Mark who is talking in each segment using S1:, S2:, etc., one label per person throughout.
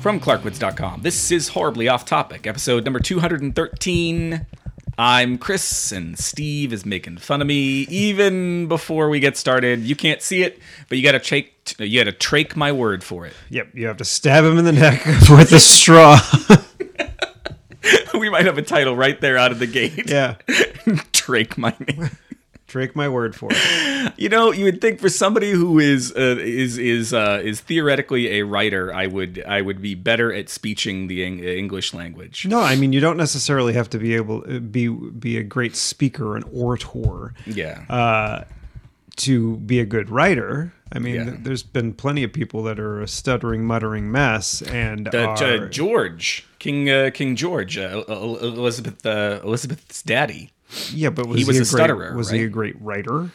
S1: from clarkwoods.com. This is Horribly Off Topic, episode number 213. I'm Chris, and Steve is making fun of me even before we get started. You can't see it, but you gotta trake, you gotta trake my word for it.
S2: Yep, you have to stab him in the neck with a straw.
S1: we might have a title right there out of the gate.
S2: yeah,
S1: trake my name.
S2: drink my word for it.
S1: You know, you would think for somebody who is uh, is is uh, is theoretically a writer, I would I would be better at speeching the Eng- English language.
S2: No, I mean you don't necessarily have to be able uh, be be a great speaker, an orator,
S1: Yeah.
S2: to be a good writer. I mean,
S1: Yeah.
S2: th- there's been plenty of people that are a stuttering, muttering mess, and
S1: Uh,
S2: are,
S1: J- George, King uh, King George, uh, El- El- Elizabeth uh, Elizabeth's daddy.
S2: yeah, but was
S1: he
S2: he,
S1: was a
S2: a great,
S1: stutterer,
S2: Was he
S1: right?
S2: a great writer?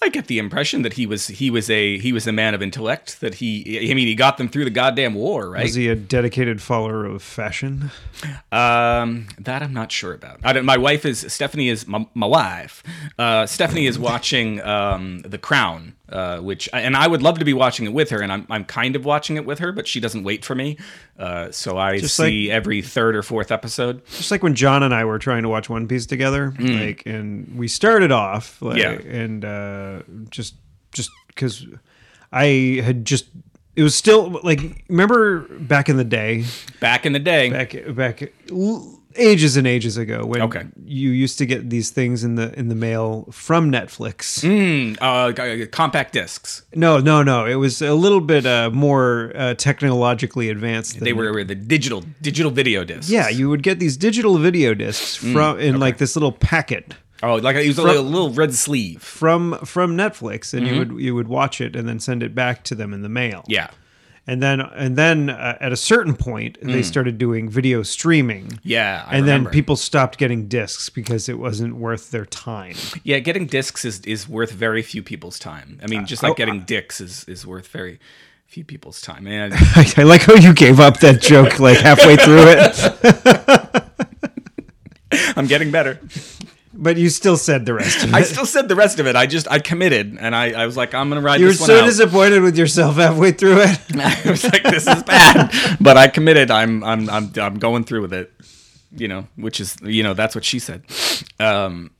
S1: I get the impression that he was he was a he was a man of intellect. That he I mean he got them through the goddamn war, right?
S2: Was he a dedicated follower of fashion?
S1: Um, that I'm not sure about. I don't, my wife is Stephanie is my, my wife. Uh, Stephanie is watching um, The Crown, uh, which and I would love to be watching it with her, and I'm I'm kind of watching it with her, but she doesn't wait for me. Uh, so I
S2: like-
S1: see every third or fourth episode.
S2: just like when John and I were trying to watch One Piece together, like, and we started off, like,
S1: Hmm. Yeah.
S2: and uh, just just because I had just it was still like remember back in the day,
S1: Back in the day,
S2: back back l- ages and ages ago when
S1: Okay.
S2: you used to get these things in the in the mail from Netflix.
S1: uh, g- compact discs.
S2: No, no, no, it was a little bit uh, more uh, technologically advanced. Than
S1: They were, were the digital digital video discs.
S2: Mm-hmm. yeah, you would get these digital video discs
S1: Hmm.
S2: from in like this little packet.
S1: oh, like it was a little, little red sleeve.
S2: from from Netflix, and you would you would watch it and then send it back to them in the mail.
S1: Mm-hmm. Yeah,
S2: and then and then uh, at a certain point, they started doing video streaming.
S1: yeah. I
S2: and
S1: Mm. remember.
S2: then people stopped getting discs because it wasn't worth their time.
S1: Yeah, getting discs is, is worth very few people's time. I mean, just like getting dicks is, is worth very few people's time. And
S2: I, I like how you gave up that joke like halfway through it,
S1: I'm getting better.
S2: but you still said the rest. Of it.
S1: I still said the rest of it. I just I committed, and I, I was like, I'm gonna ride
S2: You were
S1: this one
S2: so
S1: out.
S2: disappointed with yourself halfway through it.
S1: I was like, this is bad, but I committed. I'm I'm I'm I'm going through with it. You know, which is you know that's what she said. Um,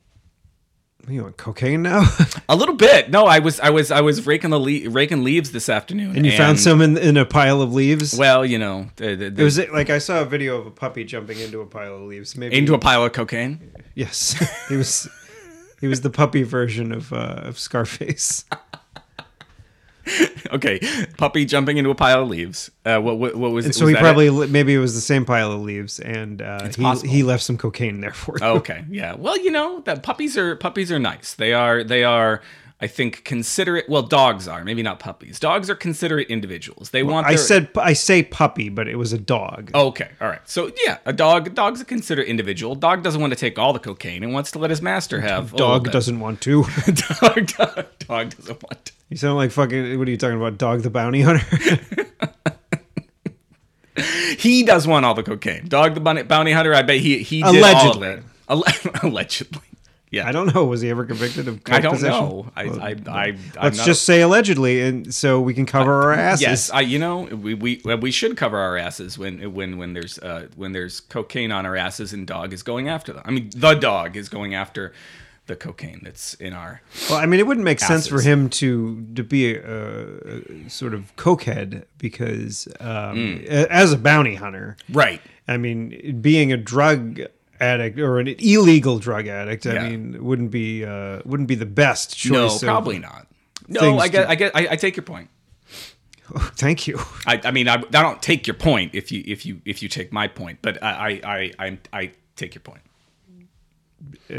S2: You want cocaine now?
S1: a little bit. No, I was I was I was raking the le- raking leaves this afternoon,
S2: And you found some in, in a pile of leaves.
S1: Well, you know, the, the,
S2: it was like I saw a video of a puppy jumping into a pile of leaves. Maybe
S1: into a pile of cocaine.
S2: Yes, he was. he was the puppy version of uh, of Scarface.
S1: Okay, puppy jumping into a pile of leaves. Uh, what, what what was?
S2: So
S1: was
S2: he
S1: that
S2: probably li- maybe it was the same pile of leaves, and uh, he
S1: possible. Oh,
S2: he left some cocaine there for you.
S1: it? okay, yeah. Well, you know that puppies are puppies are nice. They are they are. I think considerate. Well, dogs are maybe not puppies. Dogs are considerate individuals. They want.
S2: I
S1: Their,
S2: said pu- I say puppy, but it was a dog.
S1: Okay, all right. So yeah, a dog. A dog's a considerate individual. Dog doesn't want to take all the cocaine and wants to let his master have. a little
S2: dog
S1: bit.
S2: doesn't want to.
S1: dog, dog. Dog doesn't want. To.
S2: you sound like fucking. What are you talking about? Dog the bounty hunter.
S1: He does want all the cocaine. Dog the bounty, bounty hunter. I bet he he did
S2: Allegedly.
S1: all of it. Alle- allegedly. Yeah.
S2: I don't know. Was he ever convicted of?
S1: I don't
S2: possession?
S1: know. I, I, I, I'm
S2: Let's
S1: not-
S2: just say allegedly, and so we can cover our asses.
S1: yes. I, you know, we, we uh, we should cover our asses when when when there's uh, when there's cocaine on our asses and dog is going after them. I mean, the dog is going after the cocaine that's in our.
S2: Well, I mean, it wouldn't make sense for
S1: Asses.
S2: him to to be a, a sort of cokehead because, um,
S1: Mm.
S2: a- as a bounty hunter,
S1: Right.
S2: I mean, being a drug addict or an illegal drug addict, I
S1: Yeah.
S2: mean, wouldn't be uh, wouldn't be the best choice.
S1: No,
S2: of-
S1: probably not. No,
S2: things
S1: I get,
S2: to-
S1: I get, I, I take your point.
S2: thank you.
S1: I, I mean, I, I don't take your point if you if you if you take my point, but I I I, I, I take your point.
S2: Uh,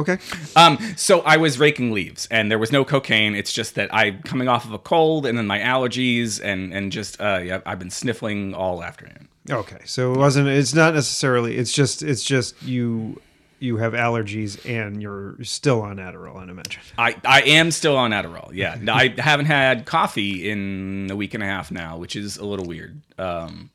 S2: okay.
S1: Um, so I was raking leaves, and there was no cocaine. It's just that I'm coming off of a cold, and then my allergies, and and just uh, yeah, I've been sniffling all afternoon.
S2: Okay. So it wasn't. It's not necessarily. It's just. It's just you. You have allergies and you're still on Adderall, I imagine.
S1: I, I am still on Adderall. Yeah, No, I haven't had coffee in a week and a half now, which is a little weird. Um,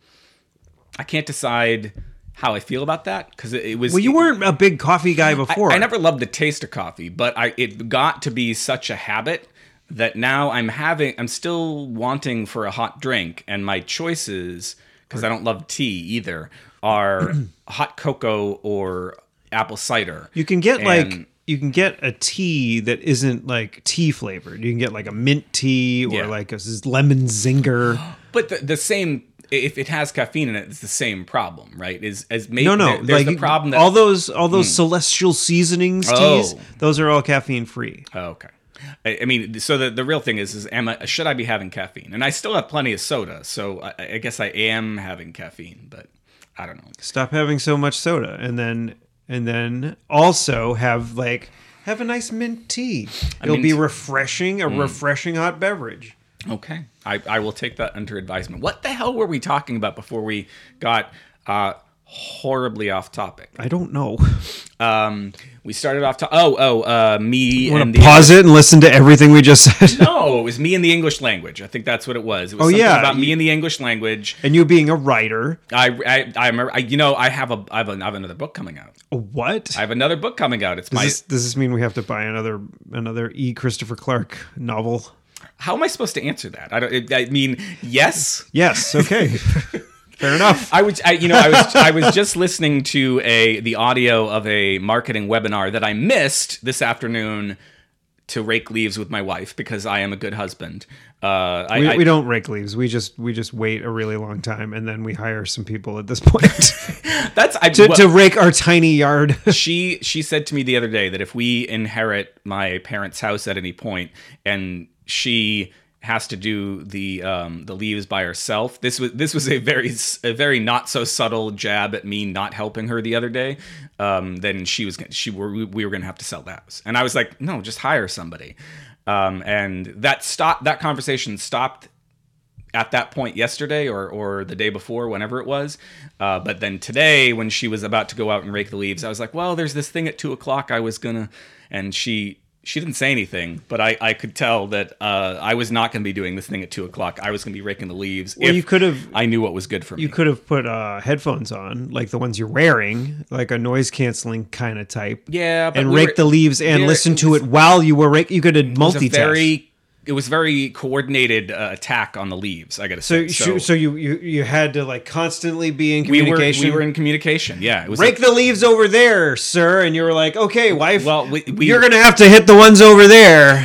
S1: I can't decide how I feel about that because it, it was.
S2: Well, you weren't a big coffee guy before.
S1: I never loved the taste of coffee, but I it got to be such a habit that now I'm having I'm still wanting for a hot drink and my choices because I don't love tea either, are hot cocoa or apple cider.
S2: You can get
S1: And-
S2: like you can get a tea that isn't like tea flavored. You can get like a mint tea or
S1: Yeah.
S2: like a z- lemon zinger.
S1: But the, the same, if it has caffeine in it, it's the same problem, right? Is as maybe
S2: No, no,
S1: there's
S2: like
S1: the problem that
S2: all those all those celestial seasonings teas,
S1: Oh.
S2: those are all caffeine free.
S1: Oh, okay. I, I mean, so the, the real thing is, is am I should I be having caffeine? And I still have plenty of soda, so I, I guess I am having caffeine, but I don't know.
S2: Stop having so much soda, and then and then also have like have a nice mint tea. It'll
S1: mint-
S2: be refreshing, a refreshing hot beverage.
S1: Okay, I, I will take that under advisement. What the hell were we talking about before we got uh, horribly off topic?
S2: I don't know.
S1: Um, we started off to oh oh uh, me and the
S2: Pause it and listen to everything we just said.
S1: no, it was me and the English language. I think that's what it was. It was
S2: Oh,
S1: something
S2: yeah.
S1: about me and the English language.
S2: and you being a writer,
S1: I I, I remember. I, you know, I have a I have, an, I have another book coming out.
S2: what?
S1: I have another book coming out. It's my
S2: Does this, does this mean we have to buy another another E. Christopher Clark novel?
S1: How am I supposed to answer that? I don't. I mean, yes.
S2: Yes. Okay. Fair enough.
S1: I was, I, you know, I was, I was just listening to a the audio of a marketing webinar that I missed this afternoon to rake leaves with my wife because I am a good husband. Uh, I,
S2: We,
S1: I-
S2: we don't rake leaves. We just we just wait a really long time and then we hire some people at this point
S1: that's I,
S2: to,
S1: well,
S2: to rake our tiny yard.
S1: she she said to me the other day that if we inherit my parents' house at any point and she has to do the um, the leaves by herself. This was this was a very s- a very not so subtle jab at me not helping her the other day. Um, then she was gonna- she were we- we were gonna have to sell the house, and I was like, no, just hire somebody. Um, and that stopped that conversation stopped at that point yesterday or or the day before, whenever it was. Uh, but then today, when she was about to go out and rake the leaves, I was like, "Well, there's this thing at two o'clock. I was gonna," and she she didn't say anything, but I I could tell that uh, I was not gonna be doing this thing at two o'clock. I was gonna be raking the leaves.
S2: Well, you could have
S1: I knew what was good for me.
S2: you could have put uh, headphones on like the ones you're wearing, like a noise canceling kind of type.
S1: yeah, but
S2: And
S1: we
S2: rake
S1: were-
S2: the leaves and
S1: we were-
S2: listen to it while you were rake. You could have
S1: It was a
S2: multitask.
S1: very it was very coordinated uh, attack on the leaves. I gotta
S2: so,
S1: say.
S2: so, so you, you you had to like constantly be in
S1: we were
S2: communication.
S1: we were in communication. Yeah, it was like-
S2: Break the leaves over there, sir. And you were like, okay, wife.
S1: Well, we- we-
S2: you're gonna have to hit the ones over there.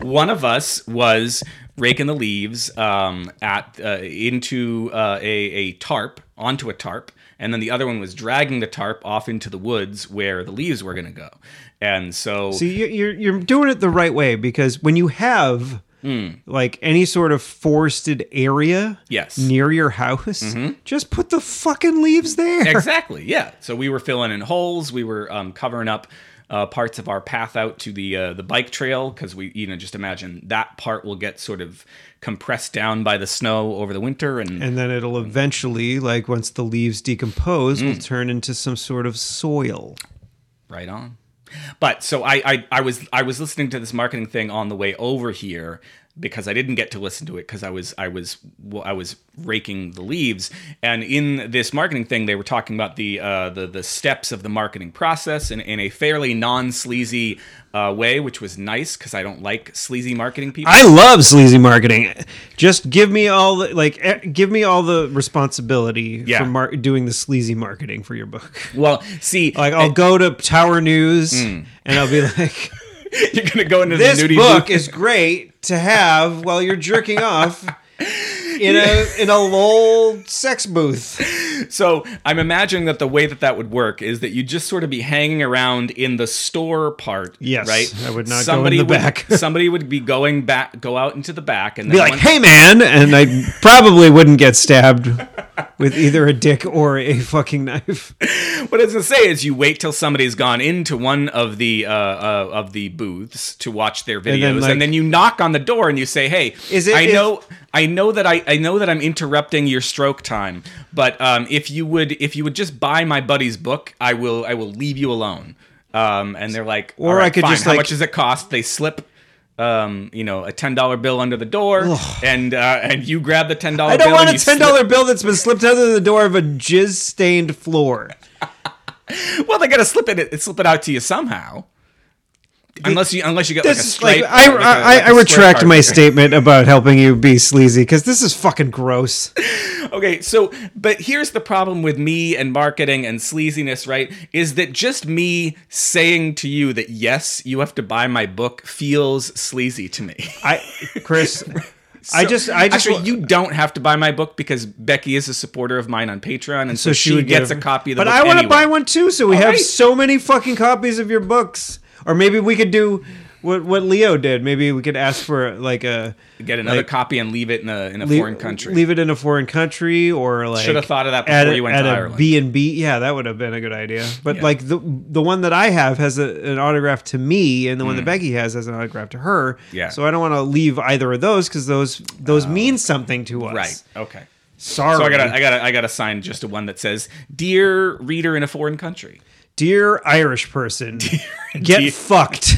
S1: one of us was raking the leaves um, at uh, into uh, a, a tarp onto a tarp and then the other one was dragging the tarp off into the woods where the leaves were going to go and so
S2: See, you- you're you're doing it the right way because when you have like any sort of forested area,
S1: Yes.
S2: near your house, just put the fucking leaves there.
S1: exactly yeah so we were filling in holes we were um, covering up uh, parts of our path out to the uh, the bike trail because we you know just imagine that part will get sort of compressed down by the snow over the winter and
S2: and then it'll eventually, like once the leaves decompose, will turn into some sort of soil.
S1: Right on. But so I, I I was I was listening to this marketing thing on the way over here because I didn't get to listen to it because I was I was well, I was raking the leaves and in this marketing thing they were talking about the uh, the the steps of the marketing process in, in a fairly non sleazy uh, way which was nice because I don't like sleazy marketing people.
S2: I love sleazy marketing. Just give me all the like, eh, give me all the responsibility
S1: Yeah.
S2: for mar- doing the sleazy marketing for your book.
S1: well, see,
S2: Like oh, I'll go to Tower News and I'll be like,
S1: you're gonna go into
S2: "This
S1: the nudie
S2: book
S1: booth.
S2: is great to have while you're jerking off in a in a lol sex booth."
S1: So I'm imagining that the way that that would work is that you'd just sort of be hanging around in the store part.
S2: Yes,
S1: right.
S2: I would not go in the
S1: would,
S2: back.
S1: somebody would be going back, go out into the back, and
S2: Be
S1: then
S2: like,
S1: one-
S2: "Hey, man!" And I probably wouldn't get stabbed with either a dick or a fucking knife.
S1: what I was gonna say is you wait till somebody's gone into one of the uh, uh, of the booths to watch their videos, and
S2: then,
S1: then,
S2: like-
S1: you knock on the door and you say, "Hey,
S2: Is it-
S1: I
S2: is-
S1: know, I know that I, I know that I'm interrupting your stroke time, but um, if you would, if you would just buy my buddy's book, I will, I will leave you alone." Um, and they're like,
S2: Or
S1: "All right,
S2: I could
S1: fine.
S2: just,
S1: how
S2: like-
S1: much does it cost?" They slip. Um, you know, a ten dollar bill under the door, and uh, and you grab the ten dollar.
S2: I don't
S1: bill
S2: want
S1: and you
S2: a
S1: slip-
S2: ten dollar bill that's been slipped under the door of a jizz stained floor.
S1: Well, they gotta slip it, slip it out to you somehow. unless you unless you get like a
S2: This is like,
S1: stripe. like a-
S2: I, I,
S1: like a
S2: I
S1: square
S2: retract
S1: card.
S2: my statement about helping you be sleazy because this is fucking gross.
S1: Okay, so but here's the problem with me and marketing and sleaziness, right? Is that just me saying to you that yes, you have to buy my book feels sleazy to me.
S2: I, Chris, I
S1: So-
S2: just, I just,
S1: actually, you don't have to buy my book because Becky is a supporter of mine on Patreon, and so, she, gets a copy of the
S2: but
S1: book.
S2: I want to
S1: anyway.
S2: buy one too, so we have
S1: right.
S2: so many fucking copies of your books. Or maybe we could do what what Leo did. Maybe we could ask for like a
S1: Get another
S2: like,
S1: copy and leave it in a in a
S2: lea-
S1: foreign country.
S2: Leave it in a foreign country, or like
S1: Should have thought of that
S2: at,
S1: before you went
S2: at
S1: to
S2: a
S1: Ireland.
S2: B and B, yeah, that would have been a good idea. But
S1: Yeah.
S2: like the the one that I have has a, an autograph to me, and the one that Becky has has an autograph to her.
S1: Mm. Yeah. Oh.
S2: So I don't want to leave either of those because those those mean something to us.
S1: right? Okay.
S2: Sorry.
S1: So I gotta I gotta I gotta sign just a one that says "Dear Reader in a Foreign Country."
S2: Dear Irish person, get fucked.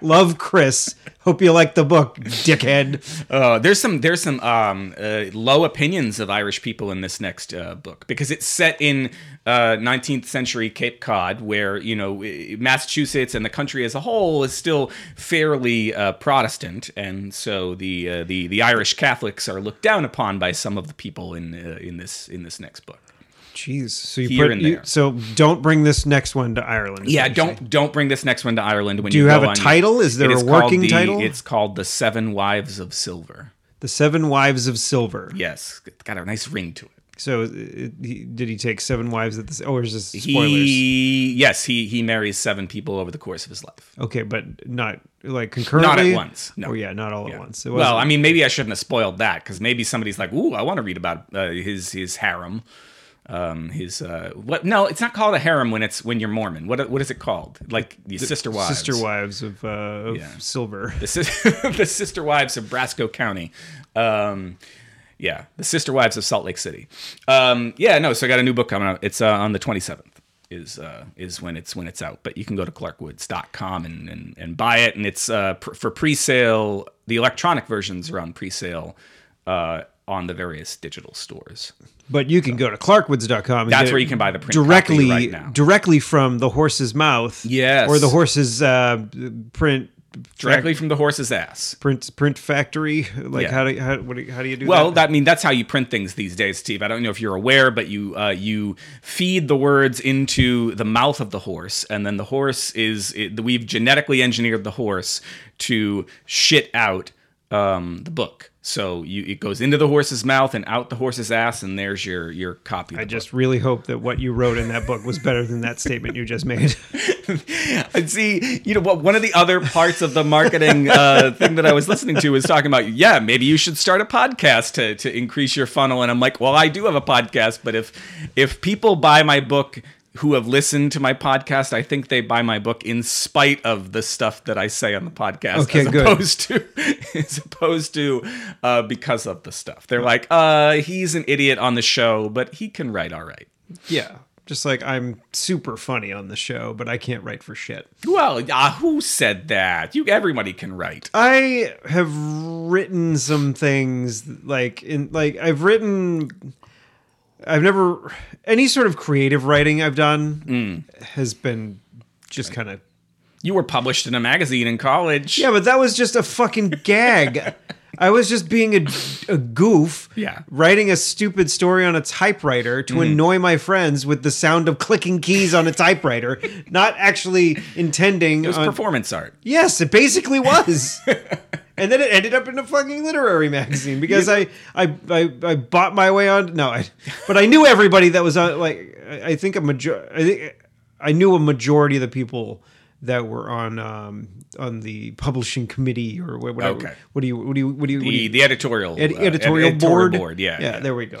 S2: Love Chris. Hope you like the book, dickhead.
S1: Uh, there's some there's some um, uh, low opinions of Irish people in this next uh, book because it's set in uh, 19th century Cape Cod, where you know i- Massachusetts and the country as a whole is still fairly uh, Protestant, and so the uh, the the Irish Catholics are looked down upon by some of the people in uh, in this in this next book.
S2: Jeez. So you
S1: Here
S2: put
S1: and
S2: you,
S1: there.
S2: so don't bring this next one to Ireland. is
S1: Yeah,
S2: what you're saying.
S1: don't don't bring this next one to Ireland. When
S2: Do
S1: you,
S2: you have
S1: go
S2: a
S1: on-
S2: title? Is there
S1: It
S2: a
S1: called
S2: working
S1: the-
S2: title?
S1: It's called the Seven Wives of Silver.
S2: The Seven Wives of Silver.
S1: Yes, it's got a nice ring to it.
S2: So it, he, did he take seven wives at this? Oh, or is this spoilers?
S1: He yes, he he marries seven people over the course of his life.
S2: okay, but not like concurrently.
S1: once, no.
S2: Oh yeah, not all at once. It
S1: well,
S2: wasn't-
S1: I mean, maybe I shouldn't have spoiled that because maybe somebody's like, "Ooh, I want to read about uh, his his harem." Um, his uh, what? No, it's not called a harem when it's when you're Mormon. What what is it called? Like the sister wives.
S2: sister wives of, uh, of
S1: Yeah.
S2: silver.
S1: The, sis- the sister wives of Brasco County. Um, yeah, the sister wives of Salt Lake City. Um, yeah, no. So I got a new book coming out. It's uh, on the 27th. Is uh, is when it's when it's out. But you can go to clarkwoods.com and and, and buy it. And it's uh, pr- for pre-sale. The electronic versions are on pre-sale uh, on the various digital stores.
S2: But you can go to clarkwoods.com. And
S1: That's
S2: get it
S1: where you can buy the print copy
S2: directly
S1: right now.
S2: directly from the horse's mouth.
S1: Yes.
S2: or the horse's uh, print
S1: Directly from the horse's ass.
S2: print print factory. Like
S1: Yeah.
S2: how do how, what, do- how do you do
S1: Well,
S2: that?
S1: that, I mean, that's how you print things these days, Steve. I don't know if you're aware, but you uh, you feed the words into the mouth of the horse, and then the horse is it, we've genetically engineered the horse to shit out um, the book. So you, it goes into the horse's mouth and out the horse's ass, and there's your your copy. Of
S2: I
S1: the
S2: just really hope that what you wrote in that book was better than that statement you just made.
S1: And see, you know what? One of the other parts of the marketing uh, thing that I was listening to was talking about, yeah, maybe you should start a podcast to, to increase your funnel. And I'm like, well, I do have a podcast, but if if people buy my book who have listened to my podcast, I think they buy my book in spite of the stuff that I say on the podcast,
S2: Okay,
S1: as
S2: good.
S1: opposed to as opposed to uh, because of the stuff. They're like, uh, he's an idiot on the show, but he can write all right.
S2: yeah, just like I'm super funny on the show, but I can't write for shit.
S1: Well, uh, who said that? You everybody can write.
S2: I have written some things like in like I've written I've never any sort of creative writing I've done
S1: Mm.
S2: has been just kind of
S1: You were published in a magazine in college.
S2: Yeah, but that was just a fucking gag. I was just being a, a goof,
S1: Yeah. Mm-hmm.
S2: writing a stupid story on a typewriter to annoy my friends with the sound of clicking keys on a typewriter, not actually intending
S1: It was
S2: on,
S1: performance art.
S2: Yes, it basically was. and then it ended up in a fucking literary magazine because I, I I I bought my way on. No, I, but I knew everybody that was on. Like I I think a major. I think I knew a majority of the people that were on um on the publishing committee or wha- whatever.
S1: Okay.
S2: What do you what do you what do you, what do
S1: The,
S2: you
S1: the editorial
S2: ed-
S1: uh,
S2: editorial,
S1: ed-
S2: board?
S1: Yeah.
S2: yeah. There we go.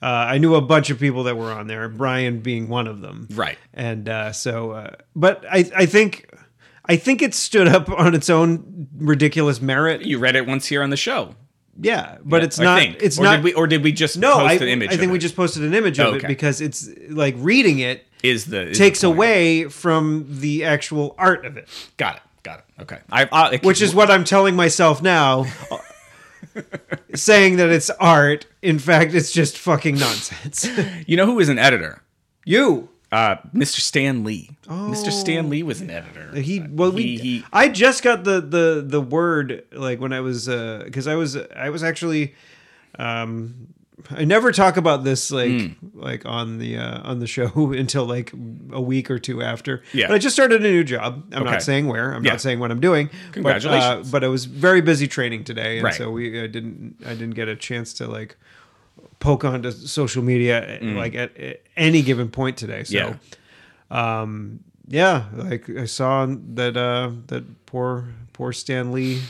S2: Uh, I knew a bunch of people that were on there, Brian being one of them
S1: Right.
S2: and uh, so uh, but I, I think i think it stood up on its own ridiculous merit
S1: You read it once here on the show.
S2: yeah but it's
S1: I
S2: not
S1: think.
S2: it's
S1: or
S2: not
S1: Did we, or did we just
S2: no I,
S1: post an image?
S2: I
S1: of
S2: think we
S1: it?
S2: just posted an image of it
S1: Okay.
S2: because it's like reading it
S1: is the is the
S2: takes
S1: point.
S2: away from the actual art of it
S1: Got it. Got it. Okay. I, I, it-
S2: which is what i'm telling myself now saying that it's art in fact it's just fucking nonsense
S1: you know who is an editor?
S2: you
S1: Uh, Mr. Stan Lee. Mr. Stan Lee was an editor.
S2: Oh. He well we
S1: He- he-
S2: I just got the the the word like when I was uh because I was I was actually um I never talk about this like
S1: Hmm.
S2: like on the uh, on the show until like a week or two after.
S1: Yeah.
S2: But I just started a new job. I'm
S1: Okay.
S2: not saying where. I'm
S1: Yeah.
S2: not saying what I'm doing. But,
S1: Congratulations.
S2: uh, but I was very busy training today, and
S1: Right.
S2: so we I didn't I didn't get a chance to like poke onto social media like at, at any given point today. So
S1: Hmm. Yeah.
S2: yeah, like I saw that uh that poor poor Stan Lee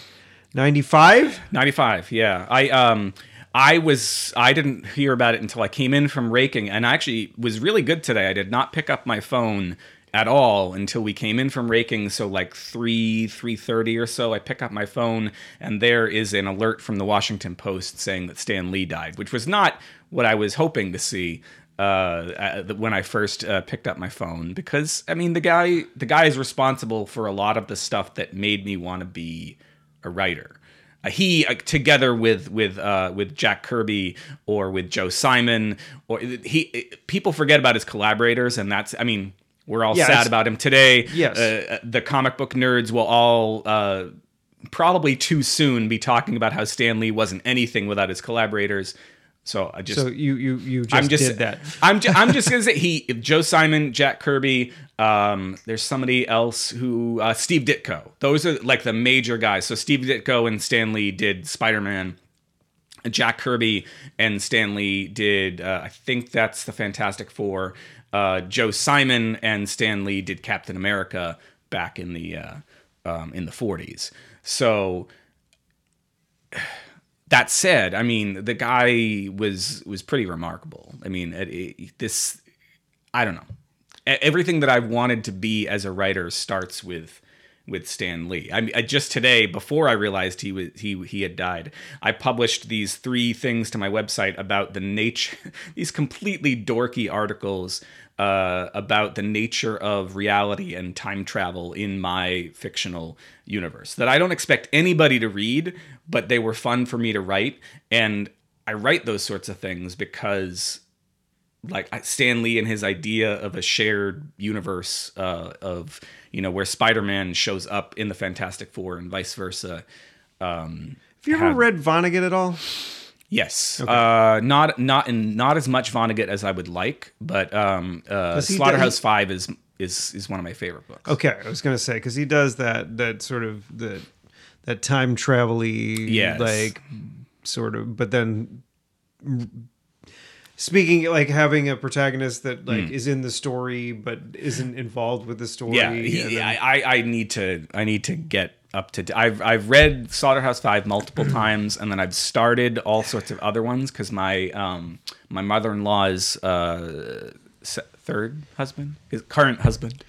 S2: 95
S1: 95 yeah i um i was i didn't hear about it until i came in from raking and i actually was really good today i did not pick up my phone at all until we came in from raking so like 3 3.30 or so i pick up my phone and there is an alert from the washington post saying that stan lee died which was not what i was hoping to see uh, uh, when I first uh, picked up my phone, because I mean the guy, the guy is responsible for a lot of the stuff that made me want to be a writer. Uh, he uh, together with with uh, with Jack Kirby or with Joe Simon or he people forget about his collaborators and that's I mean we're all
S2: Yeah,
S1: sad
S2: it's-
S1: about him today.
S2: Yes.
S1: Uh, uh, the comic book nerds will all uh, probably too soon be talking about how Stan Lee wasn't anything without his collaborators. So I just
S2: so you you you just,
S1: I'm just
S2: did that.
S1: I'm ju- I'm just gonna say he Joe Simon, Jack Kirby. Um, there's somebody else who uh, Steve Ditko. Those are like the major guys. So Steve Ditko and Stan Lee did Spider Man. Jack Kirby and Stan Lee did. Uh, I think that's the Fantastic Four. Uh, Joe Simon and Stan Lee did Captain America back in the uh, um, in the 40s. So that said, I mean, the guy was was pretty remarkable. I mean, it, it- this I don't know. E- Everything that I've wanted to be as a writer starts with with Stan Lee. I mean, I just today before I realized he was he he had died, I published these three things to my website about the nature these completely dorky articles uh, about the nature of reality and time travel in my fictional universe that I don't expect anybody to read, but they were fun for me to write and I write those sorts of things because like I- Stan Lee and his idea of a shared universe uh, of you know where Spider-Man shows up in the Fantastic Four and vice versa.
S2: Have you ever read Vonnegut at all?
S1: Yes, uh, not not in not as much Vonnegut as I would like, but um, uh,
S2: he-
S1: Slaughterhouse Five is is is one of my favorite books.
S2: Okay, I was going to say cuz he does that that sort of that that time travel
S1: Yes.
S2: like sort of but then speaking like having a protagonist that like
S1: Hmm.
S2: is in the story but isn't involved with the story
S1: Yeah, he-
S2: and then-
S1: I, I I need to I need to get up to. d- I've I've read Slaughterhouse Five multiple times, and then I've started all sorts of other ones because my um my mother in law's uh se- third husband his current husband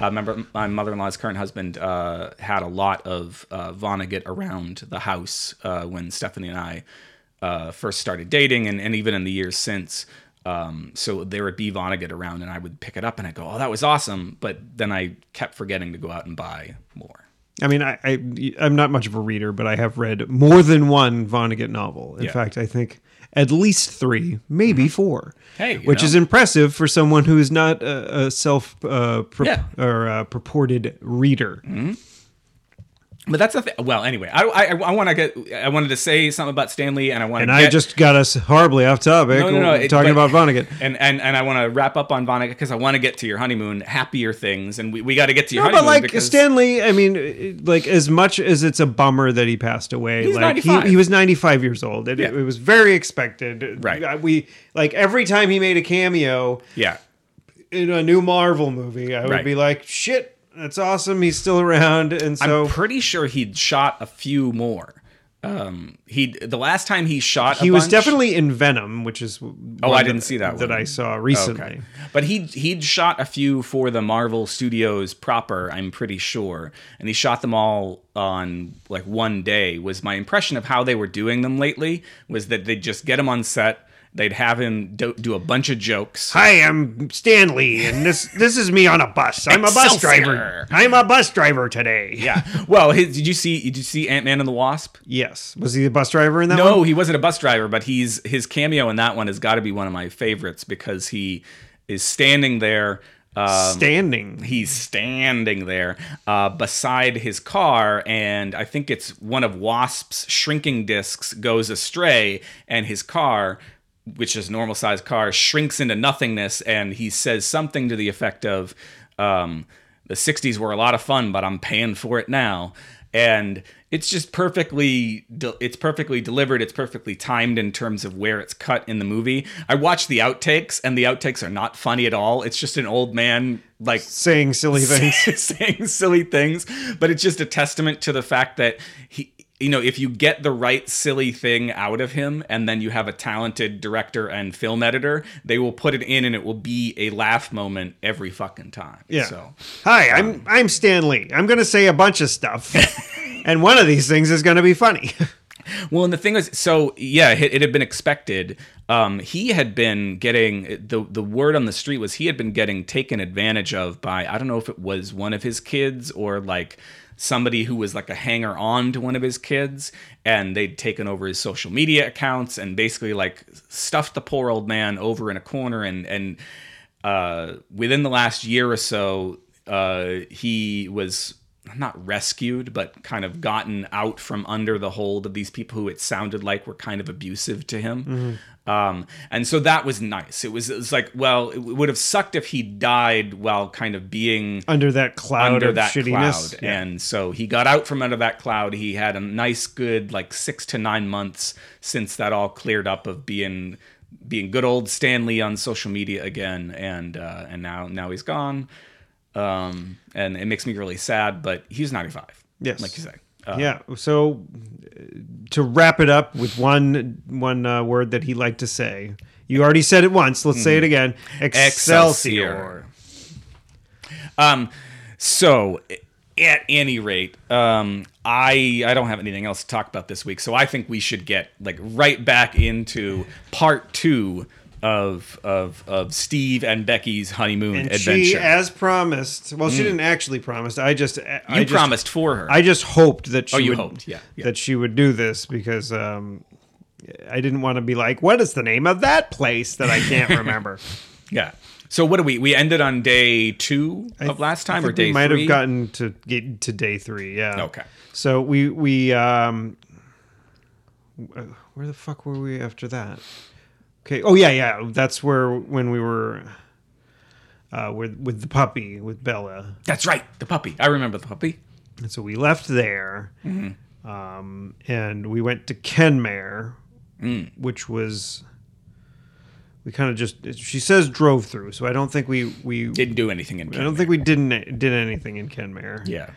S1: uh, remember my mother-in-law's current husband uh, had a lot of uh, Vonnegut around the house uh, when Stephanie and I uh, first started dating and, and even in the years since um, so there would be Vonnegut around, and I would pick it up and I would go, "Oh, that was awesome!" But then I kept forgetting to go out and buy more.
S2: I mean, I, I I'm not much of a reader, but I have read more than one Vonnegut novel. In
S1: Yeah. Mm-hmm.
S2: fact, I think at least three, maybe four.
S1: Hey, you
S2: which
S1: know.
S2: is impressive for someone who is not a, a self uh, pro-
S1: Yeah. Mm-hmm.
S2: or uh purported reader.
S1: But that's the thing. Well, anyway, I I, I want to get I wanted to say something about Stanley, and I want
S2: And
S1: to
S2: I just got us horribly off topic
S1: No, no, no, it-
S2: talking
S1: but-
S2: about Vonnegut.
S1: and and and I want to wrap up on Vonnegut because I want to get to your honeymoon, happier things, and we, we got to get to your
S2: No, but
S1: honeymoon.
S2: like
S1: because,
S2: Stanley, I mean, it- like as much as it's a bummer that he passed away,
S1: He's
S2: like
S1: 95.
S2: he he was 95 years old. It,
S1: Yeah.
S2: it was very expected. Uh,
S1: Right.
S2: We like every time he made a cameo,
S1: yeah,
S2: in a new Marvel movie, I would
S1: Right.
S2: be like, shit, that's awesome. He's still around. And so
S1: I'm pretty sure he'd shot a few more. Um, he the last time he shot,
S2: he
S1: a
S2: was
S1: bunch-
S2: definitely in Venom, which is oh,
S1: I didn't see that
S2: that
S1: one.
S2: I saw recently.
S1: Okay. But he he'd shot a few for the Marvel Studios proper, I'm pretty sure, and he shot them all on like one day. Was my impression of how they were doing them lately was that they'd just get him on set, they'd have him do, do a bunch of jokes.
S2: Hi, I'm Stanley, and this this is me on a bus. I'm a bus
S1: Excelsior.
S2: driver. I'm a bus driver today.
S1: Yeah. Well, his, did you see did you see Ant Man and the Wasp?
S2: Yes. Was he the bus driver in that one?
S1: No, he wasn't a bus driver, but he's his cameo in that one has got to be one of my favorites because he is standing there uh,
S2: standing.
S1: he's standing there uh, beside his car, and I think it's one of Wasp's shrinking discs goes astray, and his car, which is normal sized car, shrinks into nothingness, and he says something to the effect of, um, "The '60s were a lot of fun, but I'm paying for it now." And it's just perfectly, de- it's perfectly delivered. It's perfectly timed in terms of where it's cut in the movie. I watched the outtakes, and the outtakes are not funny at all. It's just an old man like
S2: Saying silly things.
S1: saying silly things, but it's just a testament to the fact that he, you know, if you get the right silly thing out of him and then you have a talented director and film editor, they will put it in and it will be a laugh moment every fucking time.
S2: Yeah.
S1: So,
S2: Hi, I'm I'm Stanley. I'm gonna say a bunch of stuff, and one of these things is gonna be funny.
S1: well, and the thing is, so yeah, it, it had been expected. Um, he had been getting the the word on the street was he had been getting taken advantage of by I don't know if it was one of his kids or like somebody who was like a hanger on to one of his kids, and they'd taken over his social media accounts and basically like stuffed the poor old man over in a corner and and uh, within the last year or so, uh, he was not rescued, but kind of gotten out from under the hold of these people who it sounded like were kind of abusive to him. Um, and so that was nice. It was, it was like, well, it would have sucked if he died while kind of being
S2: under that cloud
S1: under
S2: of
S1: that
S2: shittiness.
S1: cloud.
S2: Yeah.
S1: And so he got out from under that cloud. He had a nice, good like six to nine months since that all cleared up of being being good old Stanley on social media again. And uh, and now now he's gone. Um, and it makes me really sad. But he's ninety five.
S2: Yes.
S1: like you say. Uh,
S2: yeah. So uh, to wrap it up with one one uh, word that he liked to say. You already said it once. Let's say it
S1: Mm-hmm.
S2: again. Excelsior.
S1: Um, so at any rate, um, I I don't have anything else to talk about this week, so I think we should get like right back into part two of of of Steve and Becky's honeymoon
S2: And
S1: adventure. Mm.
S2: she, as promised, well, she didn't actually promise. I just, I
S1: you
S2: just,
S1: promised for her.
S2: I just hoped that she
S1: you
S2: would,
S1: hoped, yeah, yeah.
S2: that she would do this because um, I didn't want to be like, what is the name of that place that I can't remember?
S1: yeah. So what do we? We ended on day two
S2: I
S1: of last
S2: th- I
S1: time, or
S2: think
S1: day
S2: we might
S1: three?
S2: have gotten to get to day three. Yeah.
S1: Okay.
S2: So we we um, w- where the fuck were we after that? Okay. Oh yeah, yeah. That's where when we were. Uh, with with the puppy with Bella,
S1: That's right. The puppy. I remember the puppy.
S2: and so we left there,
S1: Mm-hmm.
S2: um, and we went to Kenmare,
S1: Mm.
S2: which was we kind of just she says drove through, so I don't think we we
S1: Didn't do anything in.
S2: I don't think we didn't did anything in Kenmare.
S1: Yeah.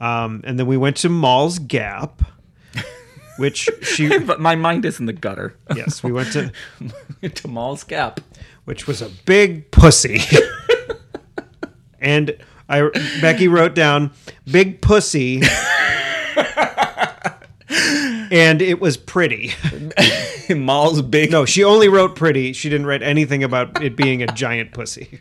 S2: Um, and then we went to Mall's Gap, which she
S1: But my mind is in the gutter.
S2: yes we went to,
S1: to Mall's Gap.
S2: which was a big pussy. and I Becky wrote down big pussy, and it was pretty.
S1: Mall's big.
S2: No, she only wrote pretty. She didn't write anything about it being a giant pussy.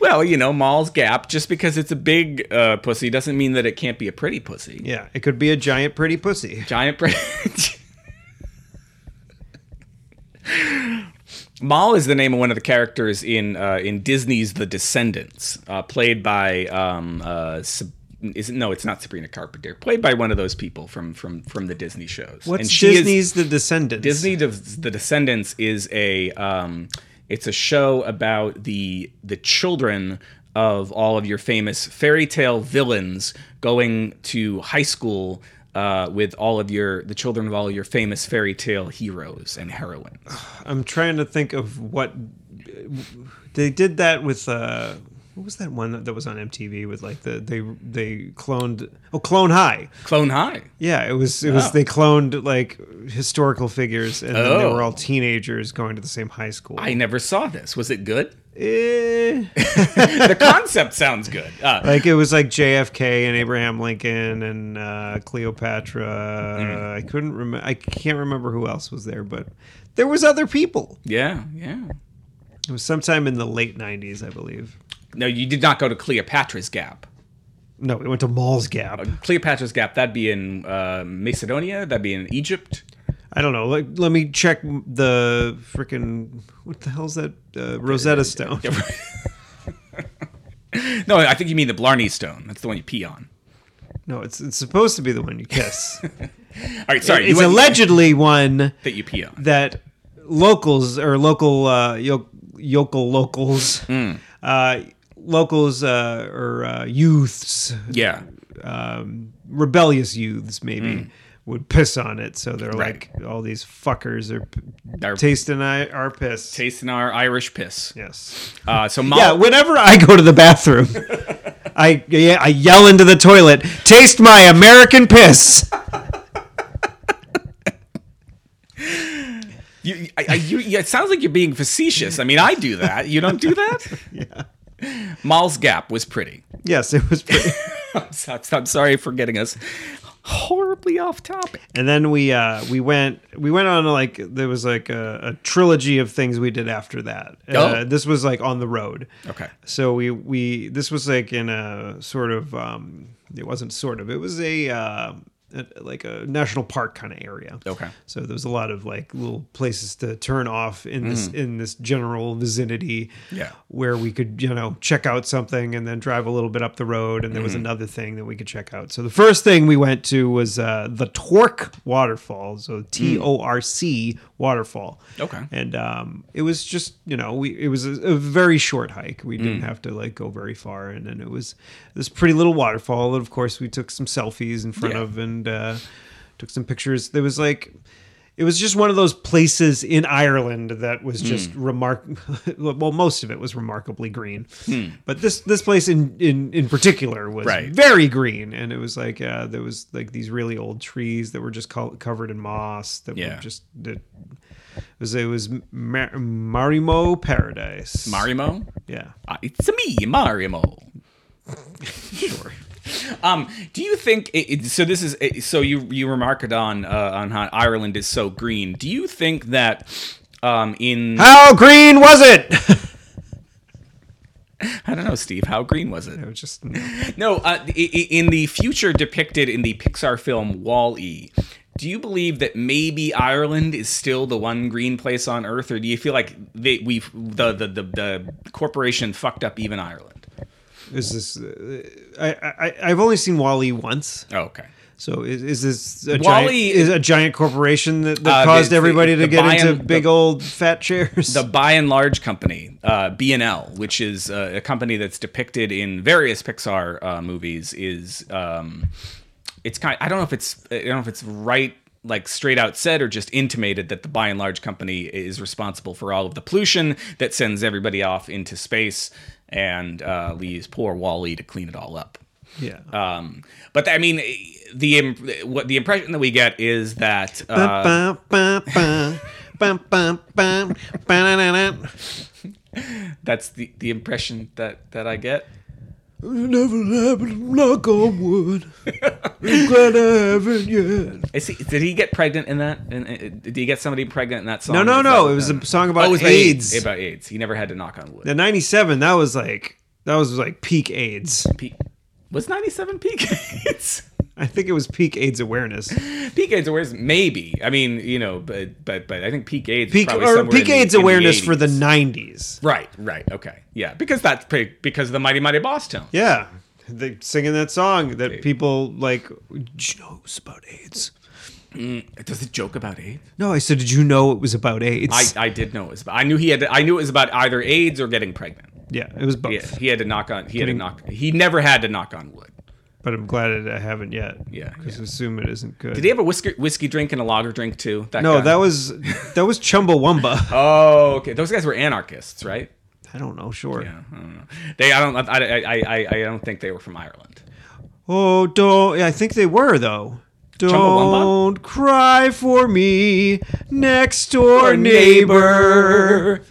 S1: Well, you know, Mall's Gap. Just because it's a big uh, pussy doesn't mean that it can't be a pretty pussy.
S2: Yeah, it could be a giant pretty pussy.
S1: Giant pretty. Mall is the name of one of the characters in uh, in Disney's The Descendants, uh, played by um, uh, Sab- is it, no, it's not Sabrina Carpenter, played by one of those people from from from the Disney shows.
S2: What's
S1: and she is-
S2: Disney's The Descendants?
S1: Disney Des- The Descendants is a um, it's a show about the the children of all of your famous fairy tale villains going to high school uh, with all of your the children of all your famous fairy tale heroes and heroines.
S2: I'm trying to think of what they did that with. Uh, what was that one that was on MTV with like the they they cloned oh Clone High
S1: Clone High.
S2: yeah it was it was
S1: Oh.
S2: they cloned like historical figures and then they
S1: Oh.
S2: were all teenagers going to the same high school.
S1: I never saw this. Was it good?
S2: Eh.
S1: the concept sounds good. Uh,
S2: like it was like JFK and Abraham Lincoln and uh, Cleopatra.
S1: Mm.
S2: I couldn't remember. I can't remember who else was there, but there was other people.
S1: yeah, yeah.
S2: It was sometime in the late '90s, I believe.
S1: No, you did not go to Cleopatra's Gap.
S2: No, we went to Mall's
S1: Uh,
S2: Gap.
S1: Cleopatra's Gap. That'd be in uh, Macedonia. That'd be in Egypt.
S2: I don't know. Like, let me check the freaking what the hell's that uh, Rosetta Stone?
S1: Yeah, right. No, I think you mean the Blarney Stone. That's the one you pee on.
S2: No, it's it's supposed to be the one you kiss.
S1: All right, sorry. you
S2: it's
S1: went-
S2: allegedly one
S1: that you pee on.
S2: that locals or local uh, yo- yokel locals,
S1: Hmm.
S2: uh, locals uh, or uh, youths,
S1: Yeah.
S2: um, rebellious youths maybe. Would piss on it, so they're
S1: Hmm. Right.
S2: like all these fuckers are p-
S1: Our
S2: tasting I- our piss.
S1: tasting our Irish piss.
S2: yes.
S1: Uh, so
S2: Yeah,
S1: Mal-
S2: whenever I go to the bathroom, I yeah, I yell into the toilet, "Taste my American piss."
S1: you, I, I, you, yeah, it sounds like you're being facetious. I mean, I do that. You don't do that? yeah. Mal's Gap was pretty.
S2: Yes, it was pretty.
S1: I'm, so- I'm sorry for getting us horribly off topic.
S2: And then we uh we went we went on like there was like a, a trilogy of things we did after that.
S1: Oh.
S2: Uh, this was like on the road.
S1: Okay.
S2: So we we this was like in a sort of um it wasn't sort of it was a uh a- like a national park kind of area.
S1: Okay.
S2: So there was a lot of like little places to turn off in this in this general vicinity.
S1: Mm. Yeah.
S2: Where we could, you know, check out something and then drive a little bit up the road and there was
S1: Mm-hmm.
S2: another thing that we could check out. So the first thing we went to was uh the Torque waterfall. So T O R C waterfall.
S1: Okay.
S2: And um it was just, you know, we it was a, a very short hike. We didn't
S1: Mm.
S2: have to like go very far and then it was this pretty little waterfall that of course we took some selfies in front
S1: Yeah.
S2: of and uh took some pictures. There was like it was just one of those places in Ireland that was
S1: Mm.
S2: just remark. well, most of it was remarkably green, but this this place in in in particular was
S1: Hmm. Right.
S2: very green, and it was like uh, there was like these really old trees that were just co- covered in moss that
S1: Yeah.
S2: were just that it was it was Mar- Marimo paradise.
S1: Marimo?
S2: yeah,
S1: Uh, it's me, Marimo.
S2: sure.
S1: Um, do you think it, it- so? This is it- so you you remarked on uh, on how Ireland is so green. Do you think that um, in
S2: How green was it?
S1: I don't know, Steve, how green was it?
S2: it was just
S1: No, uh, i- i- in the future depicted in the Pixar film Wall-E, do you believe that maybe Ireland is still the one green place on Earth, or do you feel like they, we've the, the the the corporation fucked up even Ireland?
S2: is this. Uh, I, I I've only seen Wally once.
S1: Oh, okay.
S2: So is, is this a
S1: Wally-
S2: giant, is a giant corporation that, that
S1: Uh,
S2: caused
S1: the-
S2: everybody
S1: the-
S2: to
S1: the
S2: get
S1: buy-in-
S2: into big
S1: the-
S2: old fat chairs?
S1: the by and large company uh, b&l which is uh, a company that's depicted in various pixar uh, movies is um, it's kind i don't know if it's i don't know if it's right like straight out said or just intimated that the by and large company is responsible for all of the pollution that sends everybody off into space and uh, leaves poor wally to clean it all up
S2: yeah.
S1: um, but i mean the imp- what the impression that we get is that uh,
S2: Bum, bum, bum, bum, bum, bum, ba-na-na-na.
S1: that's the, the impression that that i get
S2: It never happened. Knock on wood. I'm glad I haven't yet.
S1: Is he, did he get pregnant in that? In, in- did he get somebody pregnant in that song?
S2: No, no,
S1: Is
S2: no.
S1: that-
S2: It was a song
S1: Oh,
S2: about
S1: it was
S2: AIDS.
S1: About AIDS. He never had to knock on wood.
S2: The '97. That was like that was like peak AIDS.
S1: Peak, was 97 peak AIDS?
S2: I think it was peak AIDS awareness.
S1: peak AIDS awareness, maybe. I mean, you know, but but but I think peak AIDS. is
S2: Peak
S1: probably
S2: or
S1: somewhere
S2: peak
S1: in the-
S2: AIDS
S1: in the
S2: awareness for the
S1: 80s.
S2: '90s.
S1: Right, right, okay, yeah, because that's pretty, because of the mighty mighty boss tone.
S2: Yeah, they singing that song that people like. Did you know it was about AIDS?
S1: Does it joke about AIDS?
S2: No, I said, did you know it was about AIDS?
S1: I, I did know it was. About, I knew he had. To, I knew it was about either AIDS or getting pregnant.
S2: yeah, it was both.
S1: Yeah, he had to knock on. He had to
S2: Getting-
S1: knock. He never had to knock on wood.
S2: But I'm glad that I haven't yet.
S1: Yeah,
S2: because assume it isn't good.
S1: Did he have a whiskey whiskey drink and a lager drink too? That
S2: no,
S1: guy?
S2: that was that was Chumbawamba.
S1: Oh, okay. Those guys were anarchists, right?
S2: I don't know. Sure.
S1: Yeah, I don't know. They, I don't, I, I, I, I don't think they were from Ireland.
S2: Oh, don't. yeah, I think they were though.
S1: Chumbawamba?
S2: Don't cry for me, next door neighbor.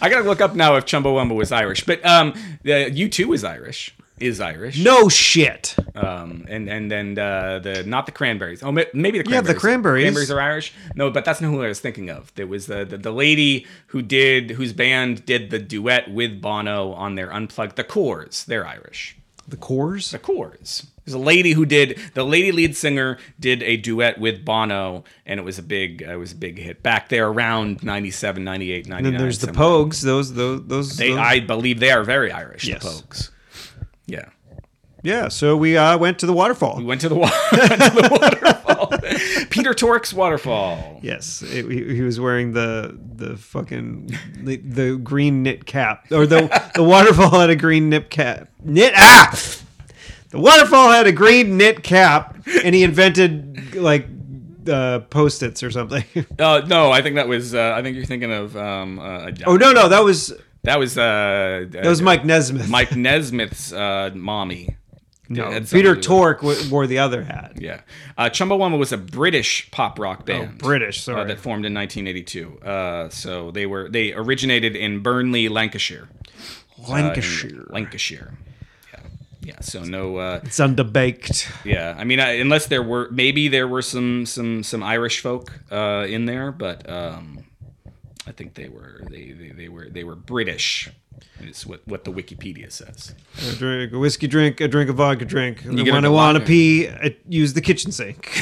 S1: I gotta look up now if Chumbawamba was Irish, but um, the U two is Irish, is Irish.
S2: No shit.
S1: Um, and and then uh, the not the cranberries. Oh, ma- maybe the
S2: Yeah,
S1: cranberries.
S2: the Cranberries.
S1: Cranberries are Irish. No, but that's not who I was thinking of. There was the, the the lady who did whose band did the duet with Bono on their unplugged. The Cores. They're Irish.
S2: The cores.
S1: The Coors. There's a lady who did the lady lead singer did a duet with Bono, and it was a big uh, it was a big hit back there around 97, 98, 99.
S2: And there's the
S1: somewhere.
S2: Pogues. Those those those.
S1: They,
S2: those-
S1: I believe they are very Irish.
S2: Yes.
S1: The Pogues. Yeah.
S2: yeah. So we uh, went to the waterfall.
S1: We went to the, wa- went to the waterfall. Peter Tork's waterfall.
S2: Yes, it, he, he was wearing the the fucking the, the green knit cap, or the the waterfall had a green knit cap. Knit ah, the waterfall had a green knit cap, and he invented like uh, post its or something.
S1: Uh, no, I think that was. Uh, I think you're thinking of. Um, uh,
S2: oh no, no, that was
S1: that was. Uh,
S2: that was Mike Nesmith.
S1: Mike Nesmith's uh, mommy.
S2: no,
S1: That's
S2: Peter
S1: something to do
S2: Tork w- wore the other hat.
S1: Yeah, uh, Chumbawamba was a British pop rock band.
S2: Oh, British,
S1: uh,
S2: sorry.
S1: that formed in 1982. Uh, so they were they originated in Burnley, Lancashire. Uh, in
S2: Lancashire.
S1: Lancashire. Yeah. Yeah. So no. Uh,
S2: it's underbaked.
S1: yeah. I mean, I, unless there were maybe there were some some some Irish folk uh, in there, but um, I think they were they, they they were they were British. Is what what the Wikipedia says.
S2: A drink, a whiskey drink, a drink, a vodka drink. And
S1: get
S2: then when
S1: a
S2: I want to
S1: vodka.
S2: pee, I use the kitchen sink,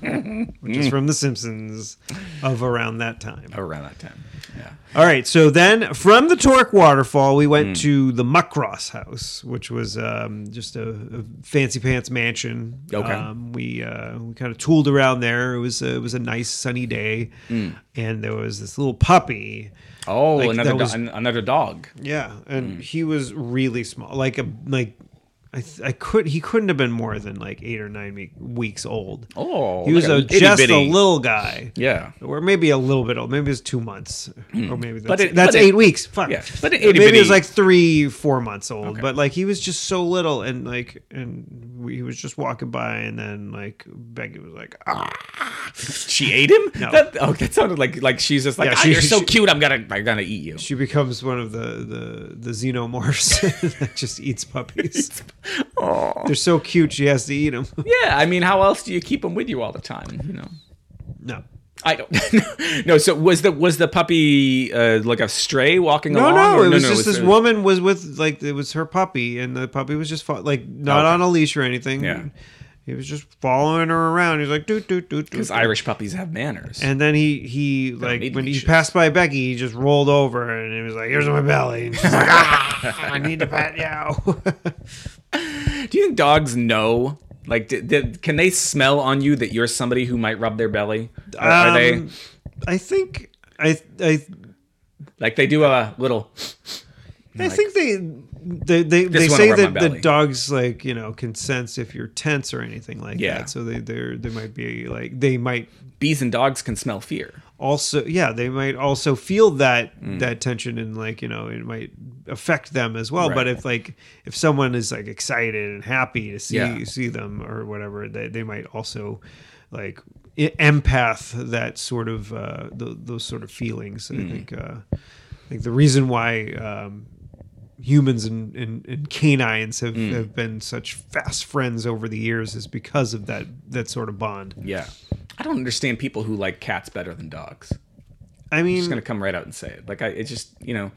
S2: which
S1: Mm.
S2: is from The Simpsons of around that time.
S1: Around that time. Yeah.
S2: All right, so then from the Torque Waterfall, we went
S1: Mm.
S2: to the Muckross House, which was um, just a, a fancy pants mansion.
S1: Okay.
S2: um, we uh, we kind of tooled around there. It was a, it was a nice sunny day,
S1: Mm.
S2: and there was this little puppy.
S1: Oh, another
S2: that
S1: do-
S2: was-
S1: an- another dog.
S2: Yeah,
S1: Mm.
S2: and he was really small, like a like. I, th- I could he couldn't have been more than like eight or nine week, weeks old.
S1: Oh,
S2: he was
S1: like
S2: a,
S1: a itty
S2: just a
S1: bitty.
S2: little guy,
S1: Yeah.
S2: or maybe a little bit old. Maybe it's two months, or maybe that's,
S1: it-
S2: that's
S1: Hmm. but it-
S2: eight weeks. Fuck,
S1: yeah, but an itty
S2: maybe it was
S1: bitty-
S2: like three, four months old. But like he was just so little, and like and we, he was just walking by, and then like Becky was like, ah,
S1: She ate him?
S2: No.
S1: That, oh, that sounded like like she's just like,
S2: Yeah,
S1: "Ah,
S2: she-
S1: you're so
S2: she-
S1: cute. I'm gonna I'm gonna eat you.
S2: she becomes one of the the the xenomorphs that just eats puppies.
S1: Oh.
S2: They're so cute, she has to eat them.
S1: Yeah, I mean, how else do you keep them with you all the time? You know.
S2: no.
S1: I don't. no. So was the was the puppy uh, like a stray walking
S2: No,
S1: along?
S2: no,
S1: or-
S2: it was just this
S1: there-
S2: woman was with like it was her puppy, and the puppy was just fo- like not
S1: Okay.
S2: on a leash or anything.
S1: Yeah.
S2: he was just following her around. He's like doot doot doot doot.
S1: Because Irish puppies have manners.
S2: And then he he like
S1: need
S2: when he
S1: leashes.
S2: passed by Becky, he just rolled over and he was like, "Here's my belly." And she's like, "Ah, I need to pat you."
S1: do you think dogs know? Like, did, did, can they smell on you that you're somebody who might rub their belly? Are, are they
S2: Um, I think I I
S1: like they do a little?
S2: I think they they they, they
S1: Just wanna
S2: say
S1: rub my
S2: that the
S1: belly.
S2: dogs like you know can sense if you're tense or anything like
S1: Yeah.
S2: that. So they they they might be like they might
S1: Bees and dogs can smell fear.
S2: also yeah they might also feel that
S1: Mm.
S2: that tension and like you know it might affect them as well. But
S1: Right.
S2: if like if someone is like excited and happy to see
S1: Yeah.
S2: see them or whatever, they they might also like e- empath that sort of uh, th- those sort of feelings.
S1: Mm.
S2: I think uh, I think the reason why. Um, humans and, and, and canines have,
S1: Mm.
S2: have been such fast friends over the years is because of that that sort of bond.
S1: Yeah. I don't understand people who like cats better than dogs.
S2: I
S1: just
S2: mean,
S1: gonna come right out and say it. Like I, it just you know,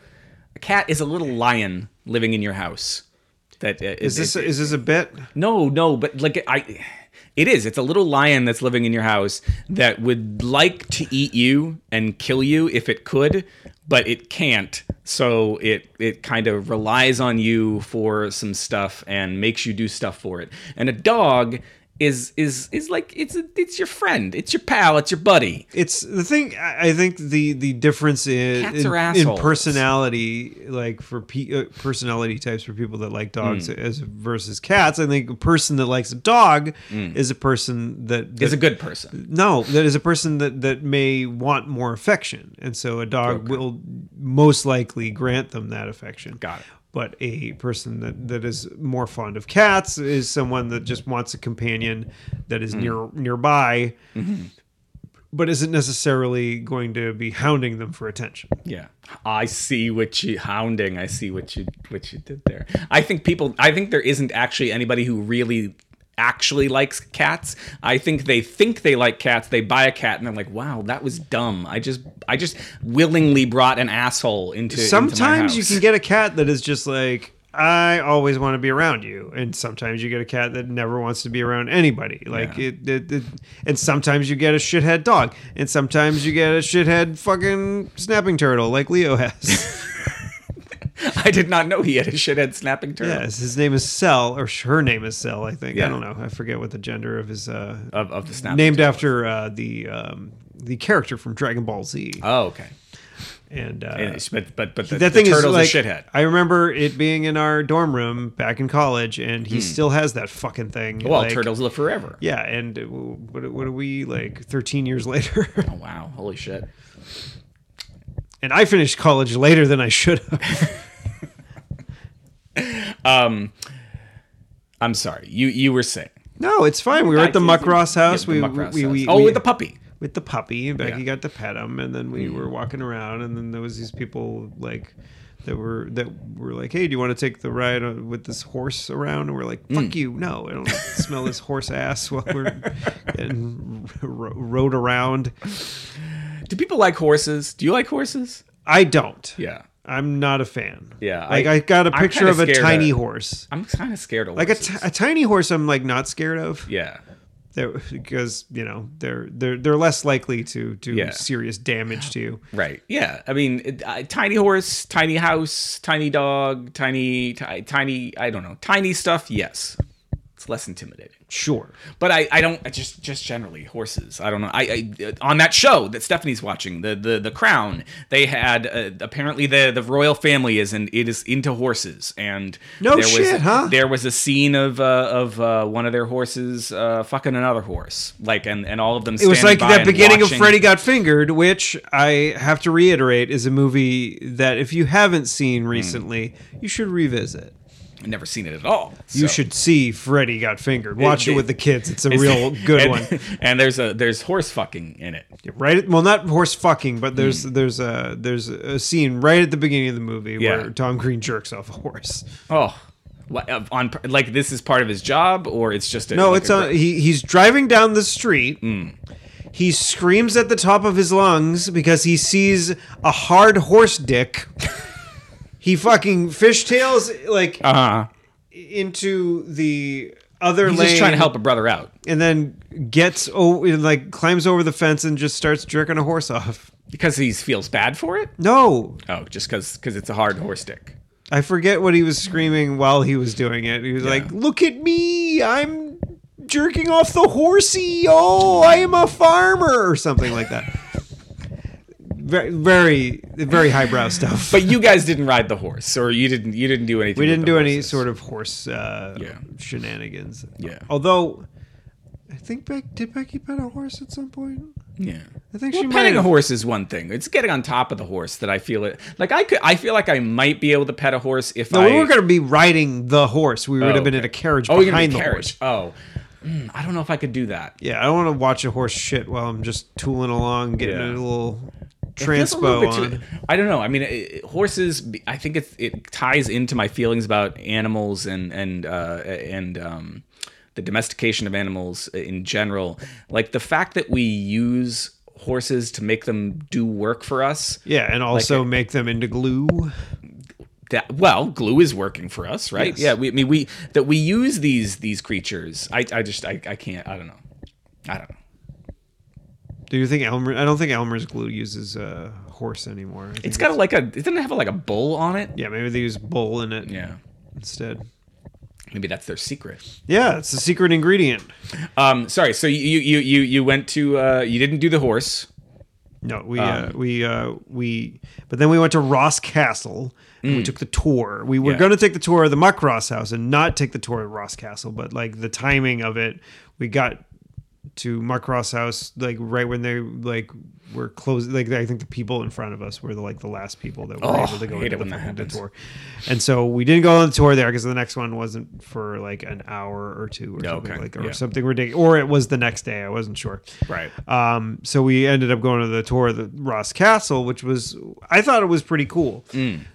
S1: a cat is a little lion living in your house. That uh,
S2: is this is this a bit?
S1: no, no, but like I, it is. It's a little lion that's living in your house that would like to eat you and kill you if it could, but it can't. So it it kind of relies on you for some stuff and makes you do stuff for it. And a dog is is is like it's a, it's your friend, it's your pal, it's your buddy.
S2: It's the thing. I I think the the difference in
S1: Cats
S2: in,
S1: are
S2: in
S1: assholes.
S2: personality, like for pe- uh, personality types for people that like dogs
S1: Mm.
S2: as versus cats. I think a person that likes a dog is a person that, that
S1: Mm. Is a good person.
S2: no, that is a person that that may want more affection, and so a dog will most likely grant them that affection.
S1: Got it.
S2: But a person that, that is more fond of cats is someone that just wants a companion that
S1: Mm-hmm.
S2: is near nearby, but isn't necessarily going to be hounding them for attention.
S1: Yeah. I see what you hounding. I see what you what you did there. I think people I think there isn't actually anybody who really actually likes cats. I think they think they like cats. They buy a cat and they're like, "Wow, that was dumb. I just I just willingly brought an asshole into into my
S2: Sometimes you
S1: house."
S2: can get a cat that is just like, I always want to be around you, and sometimes you get a cat that never wants to be around anybody. Like
S1: Yeah.
S2: it, it, it- and sometimes you get a shithead dog, and sometimes you get a shithead fucking snapping turtle, like Leo has.
S1: I did not know he had a shithead snapping turtle
S2: yes, his name is Cell, or sh- her name is Cell, I think.
S1: Yeah.
S2: I don't know. I forget what the gender of his. Uh,
S1: of, of the snapping.
S2: named
S1: turtle.
S2: after uh, the um, the character from Dragon Ball Z,
S1: Oh, okay.
S2: and. Uh,
S1: And- but but but the,
S2: that thing
S1: the
S2: is
S1: turtle's
S2: like
S1: a shithead.
S2: I remember it being in our dorm room back in college, and he still has that fucking thing.
S1: Hmm. Well,
S2: like-
S1: turtles live forever.
S2: Yeah, and uh, what, what are we like 13 years later?
S1: Oh wow! Holy shit!
S2: and I finished college later than I should have.
S1: I'm sorry. You you were saying
S2: No, it's fine. We were at the
S1: I-
S2: Muckross house.
S1: Yeah,
S2: we,
S1: the Muckross
S2: we,
S1: house.
S2: we
S1: oh,
S2: we-
S1: with the puppy.
S2: with the puppy, and Becky
S1: Yeah. Hmm.
S2: got to pet him, and then we were walking around, and then there was these people like that were that were like, "Hey, do you want to take the ride on- with this horse around?" And we're
S1: Hmm.
S2: like, "Fuck you, no! I don't want to smell this horse ass while we're getting ro- rode around."
S1: Do people like horses? Do you like horses?
S2: I don't.
S1: Yeah.
S2: I'm not a fan.
S1: Yeah,
S2: like I,
S1: I-
S2: got a
S1: I'm
S2: picture
S1: kinda
S2: of a
S1: scared
S2: tiny
S1: of-
S2: horse.
S1: I'm kind of scared of
S2: Like a,
S1: horses.
S2: t- a tiny horse, I'm like not scared of.
S1: yeah.
S2: They're- because you know they're they're they're less likely to do
S1: Yeah.
S2: serious damage to you.
S1: Right. Yeah. I mean, it, I, tiny horse, tiny house, tiny dog, tiny, ti- tiny. I don't know. Tiny stuff. Yes, it's less intimidating.
S2: Sure.
S1: But I, I don't I just just generally horses. I don't know. I, I on that show that Stephanie's watching, the the the Crown. They had uh, apparently the the royal family is and it is into horses and
S2: No
S1: was,
S2: shit, huh?
S1: There was a scene of uh, of uh, one of their horses uh, fucking another horse, like and and all of them.
S2: It was like that beginning of
S1: Freddie.
S2: Freddy Got Fingered, which I have to reiterate is a movie that if you haven't seen
S1: Hmm.
S2: recently, you should revisit.
S1: Never seen it at all. so.
S2: You should see Freddy Got Fingered. Watch it,
S1: it-
S2: with the kids. It's a real good
S1: and,
S2: one.
S1: And there's a there's horse fucking in it.
S2: Right? Well, not horse fucking, but there's
S1: Hmm.
S2: there's a there's a scene right at the beginning of the movie where
S1: Yeah.
S2: Tom Green jerks off a horse.
S1: Oh. What- On like this is part of his job, or it's just a,
S2: No,
S1: like
S2: it's
S1: a Hmm.
S2: on. He, he's driving down the street. He screams at the top of his lungs because he sees a hard horse dick. he fucking fishtails like
S1: uh-huh.
S2: into the other
S1: He's
S2: lane,
S1: just trying to help a brother out.
S2: and then gets oh, like climbs over the fence and just starts jerking a horse off.
S1: Because he feels bad for it?
S2: No,
S1: Oh, just because it's a hard horse dick.
S2: I forget what he was screaming while he was doing it. He was like, "Look at me! I'm jerking off the horsey! Oh, I am a farmer!" or something like that. very, very, very highbrow stuff.
S1: But you guys didn't ride the horse, or you didn't you didn't do anything.
S2: we
S1: with
S2: didn't
S1: the
S2: do any
S1: horses.
S2: sort of horse uh,
S1: Yeah.
S2: shenanigans.
S1: Yeah.
S2: Although, I think Beck did Becky pet a horse at some point.
S1: Yeah.
S2: I think
S1: Well,
S2: she might.
S1: petting a
S2: have.
S1: horse is one thing. It's getting on top of the horse that I feel it. Like I could, I feel like I might be able to pet a horse if
S2: No,
S1: I.
S2: we were going to be riding the horse. We would
S1: Oh,
S2: have been
S1: okay.
S2: in a carriage
S1: oh, you're gonna
S2: behind
S1: be
S2: the horse.
S1: carriage. Oh, Mm, I don't know if I could do that.
S2: Yeah, I don't want to watch a horse shit while I'm just tooling along, getting
S1: Yeah.
S2: a little
S1: Feels a
S2: transpo
S1: little
S2: on.
S1: bit too- I don't know. I mean, it, horses. I think it's, it ties into my feelings about animals and and uh, and um, the domestication of animals in general. Like the fact that we use horses to make them do work for us.
S2: yeah, and also make them into glue.
S1: That well, glue is working for us, right?
S2: Yes.
S1: Yeah. We, I mean, we that we use these these creatures. I I just I, I can't. I don't know. I don't know.
S2: Do you think Elmer? I don't think Elmer's glue uses a uh, horse anymore. I think
S1: It's got a, like a. It doesn't have like a bull on it.
S2: yeah, maybe they use bull in it
S1: Yeah.
S2: instead.
S1: Maybe that's their secret.
S2: Yeah, it's a secret ingredient.
S1: Um, sorry. So you you you you went to uh, you didn't do the horse.
S2: No, we
S1: Um,
S2: uh, we uh, we. But then we went to Ross Castle. And We took the tour. We
S1: Mm.
S2: were
S1: Yeah.
S2: going to take the tour of the Muck Ross House and not take the tour of Ross Castle, but like the timing of it, we got to Muck Ross House like right when they like were closed. Like I think the people in front of us were the, like the last people that were
S1: Oh,
S2: able to
S1: I
S2: go
S1: hate
S2: into
S1: it
S2: the,
S1: when that
S2: fucking
S1: happens.
S2: tour. And so we didn't go on the tour there because the next one wasn't for like an hour or two or something
S1: okay.
S2: like or
S1: Yeah.
S2: something ridiculous. Or it was the next day. I wasn't sure.
S1: Right.
S2: Um, so we ended up going to the tour of the Ross Castle, which was I thought it was pretty cool.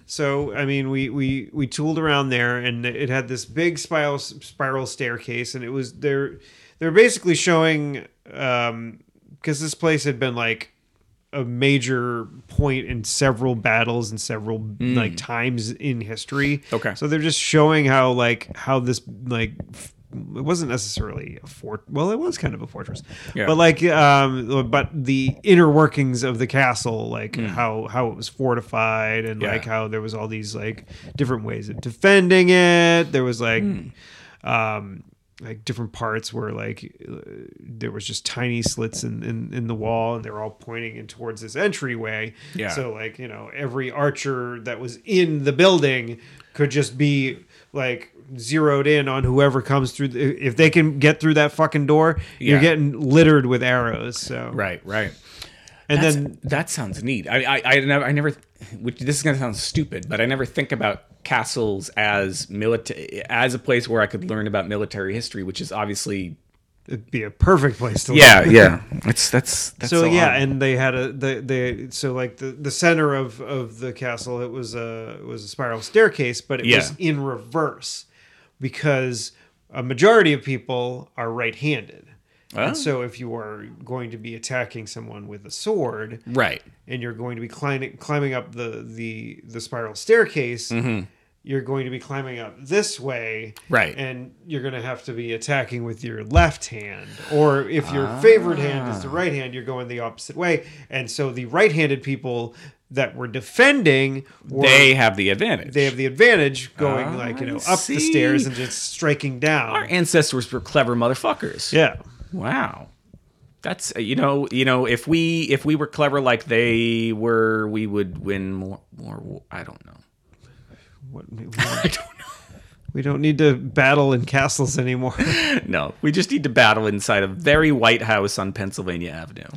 S2: So I mean, we we we tooled around there, and it had this big spiral spiral staircase, and it was they're they're basically showing um because this place had been like a major point in several battles and several like times in history.
S1: Okay.
S2: So they're just showing how like how this like f- it wasn't necessarily a fort. Well, it was kind of a fortress,
S1: Yeah.
S2: but like um, but the inner workings of the castle, like how how it was fortified and
S1: Mm. Yeah.
S2: like how there was all these like different ways of defending it. There was like
S1: Mm.
S2: um like different parts where like uh, there was just tiny slits in, in in the wall and they were all pointing in towards this entryway
S1: Yeah.
S2: so like you know every archer that was in the building could just be like zeroed in on whoever comes through the, if they can get through that fucking door
S1: Yeah.
S2: you're getting littered with arrows so
S1: Right, right.
S2: and
S1: That's-
S2: then
S1: that sounds neat. I, I, I never, I never. Which this is gonna sound stupid, but I never think about castles as military, as a place where I could learn about military history, which is obviously.
S2: it'd be a perfect place to live.
S1: yeah. It's that's that's
S2: so yeah
S1: odd.
S2: and they had a they, they so like the the center of of the castle it was a it was a spiral staircase but it
S1: Yeah.
S2: was in reverse because a majority of people are right-handed
S1: Oh.
S2: and so if you are going to be attacking someone with a sword
S1: right.
S2: and you're going to be climbing climbing up the the the spiral staircase you're going to be climbing up this way
S1: Mm-hmm. Right.
S2: and you're going to have to be attacking with your left hand or if your favored hand is the
S1: Ah.
S2: right hand you're going the opposite way and so the right-handed people that were defending were,
S1: They have the advantage.
S2: they have the advantage going
S1: Ah,
S2: like you
S1: I
S2: know up the
S1: see.
S2: stairs and just striking down
S1: Our ancestors were clever motherfuckers.
S2: yeah
S1: Wow. That's uh, you know you know if we if we were clever like they were we would win more more war- I don't know
S2: What-
S1: I don't know
S2: we don't need to battle in castles anymore
S1: no we just need to battle inside a very white house on Pennsylvania Avenue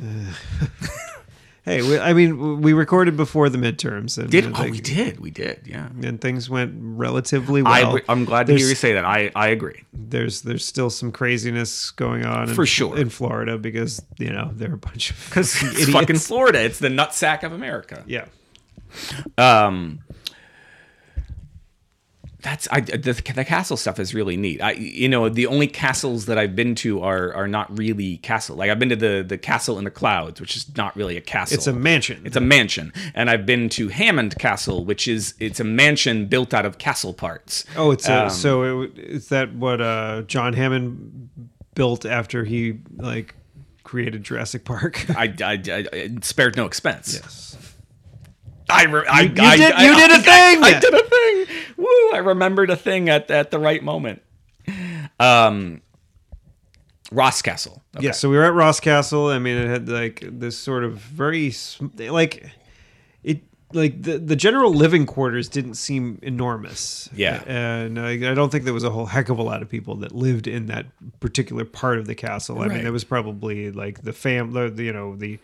S2: hey we, i mean we recorded before the midterms and
S1: did
S2: and,
S1: oh
S2: like,
S1: we did we did yeah
S2: and things went relatively
S1: I
S2: well.
S1: agree- I'm glad to hear
S2: There's-
S1: you say that I I agree
S2: There's there's still some craziness going on in-
S1: For sure.
S2: in Florida because you know they're a bunch of
S1: because it's
S2: idiots.
S1: fucking Florida it's the nutsack of America
S2: yeah.
S1: um that's I the, the castle stuff is really neat. I you know the only castles that I've been to are are not really castle. Like I've been to the the castle in the clouds, which is not really a castle.
S2: It's a mansion.
S1: it's a mansion, and I've been to Hammond Castle, which is it's a mansion built out of castle parts.
S2: oh, it's
S1: Um,
S2: a, so it, w- is that what uh, John Hammond built after he like created Jurassic Park?
S1: I, I, I- I spared no expense.
S2: yes.
S1: I, re- I,
S2: you
S1: I-
S2: did-
S1: I-
S2: you did a
S1: I-
S2: thing!
S1: I, did a thing. Woo! I remembered a thing at, at the right moment. Um, Ross Castle. Okay.
S2: Yeah, so we were at Ross Castle. I mean, it had like this sort of very sm- like it like the the general living quarters didn't seem enormous.
S1: Yeah.
S2: and I, I don't think there was a whole heck of a lot of people that lived in that particular part of the castle. I mean,
S1: Right.
S2: there was probably like the family, you know, the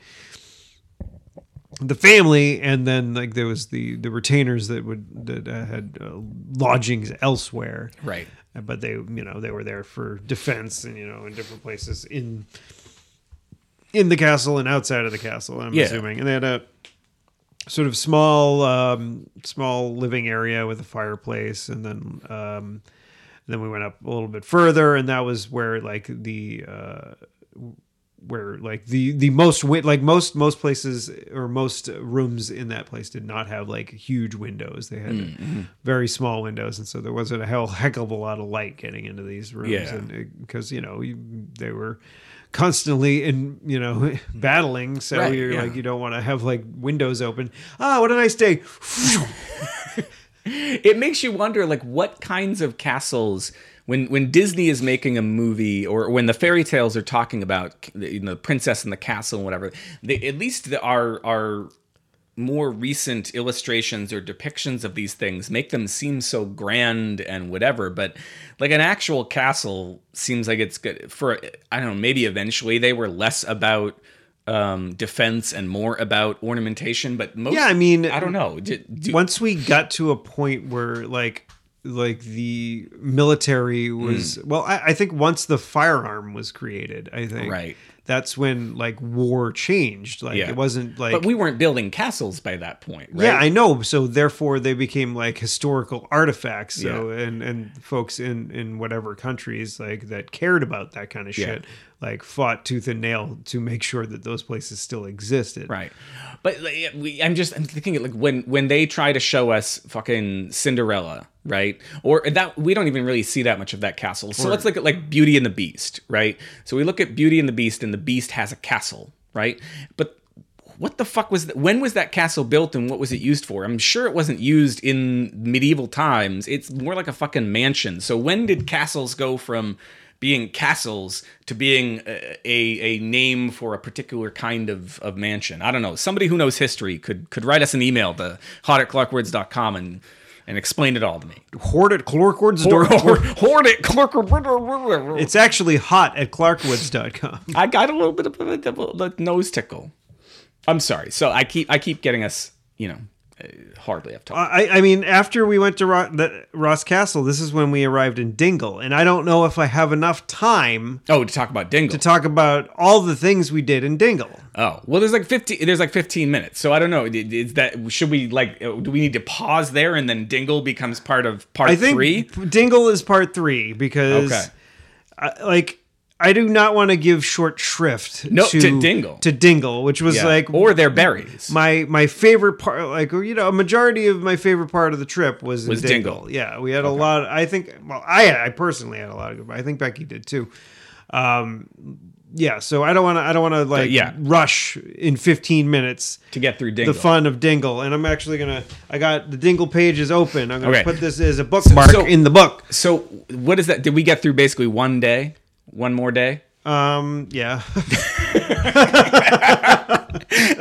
S2: the family, and then like there was the the retainers that would that uh, had uh, lodgings elsewhere
S1: Right.
S2: Uh, but they you know they were there for defense and you know in different places in in the castle and outside of the castle i'm
S1: Yeah.
S2: assuming and they had a sort of small um small living area with a fireplace and then um then we went up a little bit further and that was where like the uh where like the the most win- like most most places or most rooms in that place did not have like huge windows they had
S1: Mm-hmm.
S2: very small windows and so there wasn't a hell heck of a lot of light getting into these rooms
S1: Yeah.
S2: and because you know you, they were constantly in you know battling so
S1: Right,
S2: you're
S1: yeah.
S2: like you don't want to have like windows open ah what a nice day
S1: It makes you wonder, like, what kinds of castles when when Disney is making a movie, or when the fairy tales are talking about you know, the princess and the castle and whatever. They, at least the, our our more recent illustrations or depictions of these things make them seem so grand and whatever but like an actual castle seems like it's good for i don't know maybe eventually they were less about um defense and more about ornamentation but most
S2: Yeah, I mean-
S1: i don't know do, do,
S2: once we got to a point where like like the
S1: Hmm.
S2: military was well I, I think once the firearm was created i think
S1: Right.
S2: that's when like war changed. Like
S1: Yeah.
S2: it wasn't like
S1: But we weren't building castles by that point, right?
S2: yeah, I know. So therefore, they became like historical artifacts. So and and folks in in whatever countries like that cared about that kind of
S1: Yeah.
S2: shit, like fought tooth and nail to make sure that those places still existed.
S1: Right, but like, we, I'm just I'm thinking like when when they try to show us fucking Cinderella, right? Or that we don't even really see that much of that castle. So let's look at like Beauty and the Beast, right? So we look at Beauty and the Beast, and the Beast has a castle, right? But what the fuck was that? When was that castle built, and what was it used for? I'm sure it wasn't used in medieval times. It's more like a fucking mansion. So when did castles go from being castles to being a, a, a name for a particular kind of, of mansion. I don't know. Somebody who knows history could could write us an email to hot at clockwords.com and and explain it all to me.
S2: Hoard at Clarkwoods.
S1: Or,
S2: door.
S1: or hoard it, clerk.
S2: It's actually hot at clarkwoods.com.
S1: I got a little bit of a, of a nose tickle. I'm sorry. So I keep I keep getting us, you know, uh, hardly up top.
S2: I, I mean, after we went to Ro- the, Ross Castle, this is when we arrived in Dingle, and I don't know if I have enough time
S1: oh, to talk about Dingle.
S2: to talk about all the things we did in Dingle.
S1: Oh well, there's like fifteen. There's like fifteen minutes. So I don't know. Is that should we like? uh, Do we need to pause there and then Dingle becomes part of part
S2: I think
S1: three?
S2: Dingle is part three because,
S1: Okay.
S2: I, like, I do not want to give short shrift
S1: No, to Dingle.
S2: to Dingle, which was
S1: Yeah.
S2: like
S1: or their berries.
S2: my my favorite part like you know a majority of my favorite part of the trip was,
S1: Was
S2: in dingle.
S1: Dingle.
S2: yeah we had a lot i think well i i personally had a lot of good i think becky did too um yeah so i don't want to i don't want to like
S1: Uh, yeah.
S2: rush in 15 minutes
S1: to get through Dingle.
S2: the fun of dingle and i'm actually gonna i got the dingle page is open i'm gonna
S1: Okay.
S2: put this as a bookmark
S1: so-
S2: in the book
S1: So what is that? Did we get through basically one day? One more day?
S2: um yeah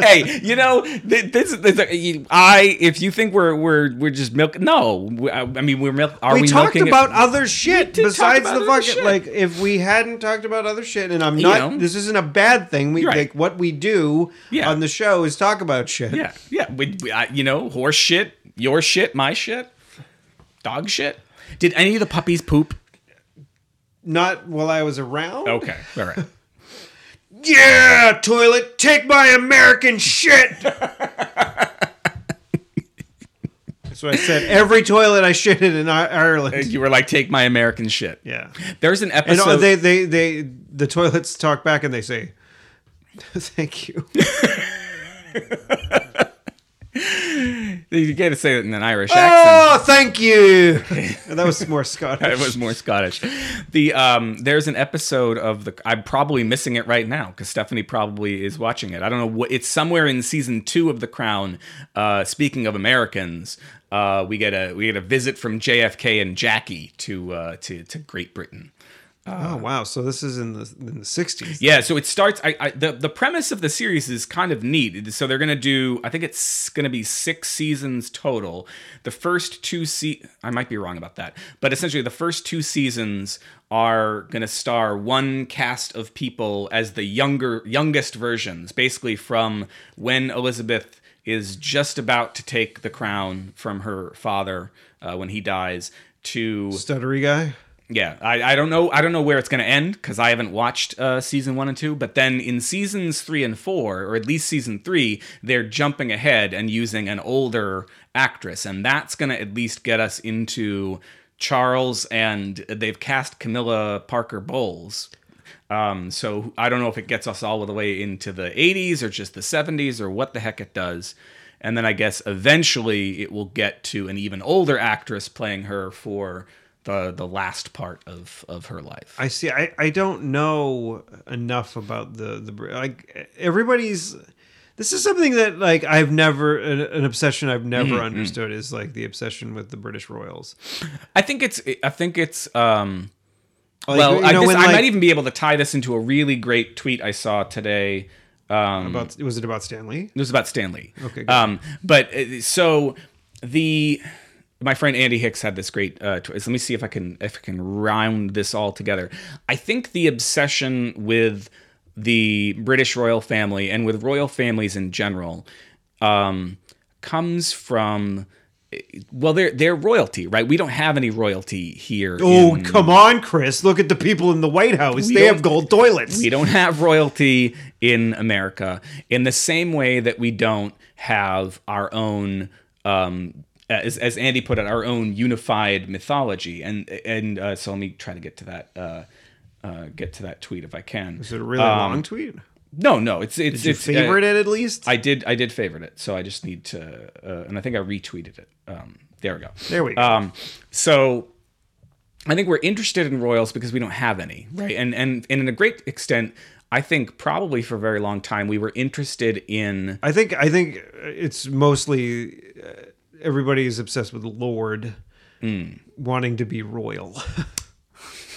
S1: hey, you know, th- this, this uh, I if you think we're we're we're just milk no, we- I I mean we're milk are we,
S2: we, talked
S1: milking it-
S2: about other shit
S1: did talk
S2: besides
S1: about
S2: the
S1: other
S2: fucking
S1: shit.
S2: like if we hadn't talked about other shit and i'm not
S1: know.
S2: this isn't a bad thing we
S1: Right.
S2: like what we do
S1: Yeah.
S2: on the show is talk about shit
S1: Yeah. Yeah, we, we- I, you know, horse shit, your shit, my shit, dog shit. Did any of the puppies poop?
S2: not while i was around
S1: Okay. All right.
S2: yeah toilet take my american shit that's what i said every toilet i shit in in I- ireland
S1: you were like take my American shit.
S2: yeah
S1: There's an
S2: and
S1: episode
S2: they, they they the toilets talk back and they say thank you
S1: you get to say it in an Irish accent.
S2: oh thank you and that was more scottish
S1: it was more Scottish. The um, there's an episode of the. I'm probably missing it right now because Stephanie probably is watching it. I don't know what it's somewhere in season two of The Crown. Uh, speaking of Americans, uh, we get a we get a visit from JFK and Jackie to uh, to to Great Britain.
S2: Oh wow! So this is in the in the sixties.
S1: Yeah, so it starts. I, I the the premise of the series is kind of neat. So they're gonna do. I think it's gonna be six seasons total. The first two se I might be wrong about that, but essentially the first two seasons are gonna star one cast of people as the younger youngest versions, basically from when Elizabeth is just about to take the crown from her father uh, when he dies to
S2: Stuttery guy.
S1: yeah, I, I don't know I don't know where it's going to end because I haven't watched uh, season one and two. But then in seasons three and four, or at least season three, they're jumping ahead and using an older actress, and that's going to at least get us into Charles. And they've cast Camilla Parker Bowles. Um, so I don't know if it gets us all the way into the 80s or just the 70s or what the heck it does. And then I guess eventually it will get to an even older actress playing her for the the last part of of her life.
S2: I see. I, I don't know enough about the the Brit- like everybody's. This is something that like I've never an, an obsession I've
S1: Mm-hmm,
S2: never understood is like the obsession with the British royals.
S1: I think it's I think it's um
S2: Like,
S1: well I, guess
S2: when,
S1: I
S2: like,
S1: might even be able to tie this into a really great tweet I saw today. Um,
S2: about was it about Stanley?
S1: It was about Stanley.
S2: Okay, good.
S1: Um, but uh, so the my friend Andy Hicks had this great. Uh, tw- let me see if I can if I can round this all together. I think the obsession with the British royal family and with royal families in general um, comes from well, they're they're royalty, right? We don't have any royalty here.
S2: Oh,
S1: in-
S2: come on, Chris. Look at the people in the White House.
S1: We
S2: They
S1: don't-
S2: have gold toilets.
S1: We don't have royalty in America in the same way that we don't have our own, um, as, as Andy put it, our own unified mythology. And and uh, so let me try to get to that uh, uh, get to that tweet if I can.
S2: Is it a really
S1: um,
S2: long tweet?
S1: No, no, it's it's
S2: Did you
S1: it's uh,
S2: favorite it at least?
S1: I did I did favorite it, so I just need to, uh, and I think I retweeted it. Um, there we go.
S2: there we go.
S1: Um, so I think we're interested in royals because we don't have any, right? And and and in a great extent, I think probably for a very long time we were interested in
S2: I think I think it's mostly uh, everybody is obsessed with Lord
S1: Hmm.
S2: wanting to be royal.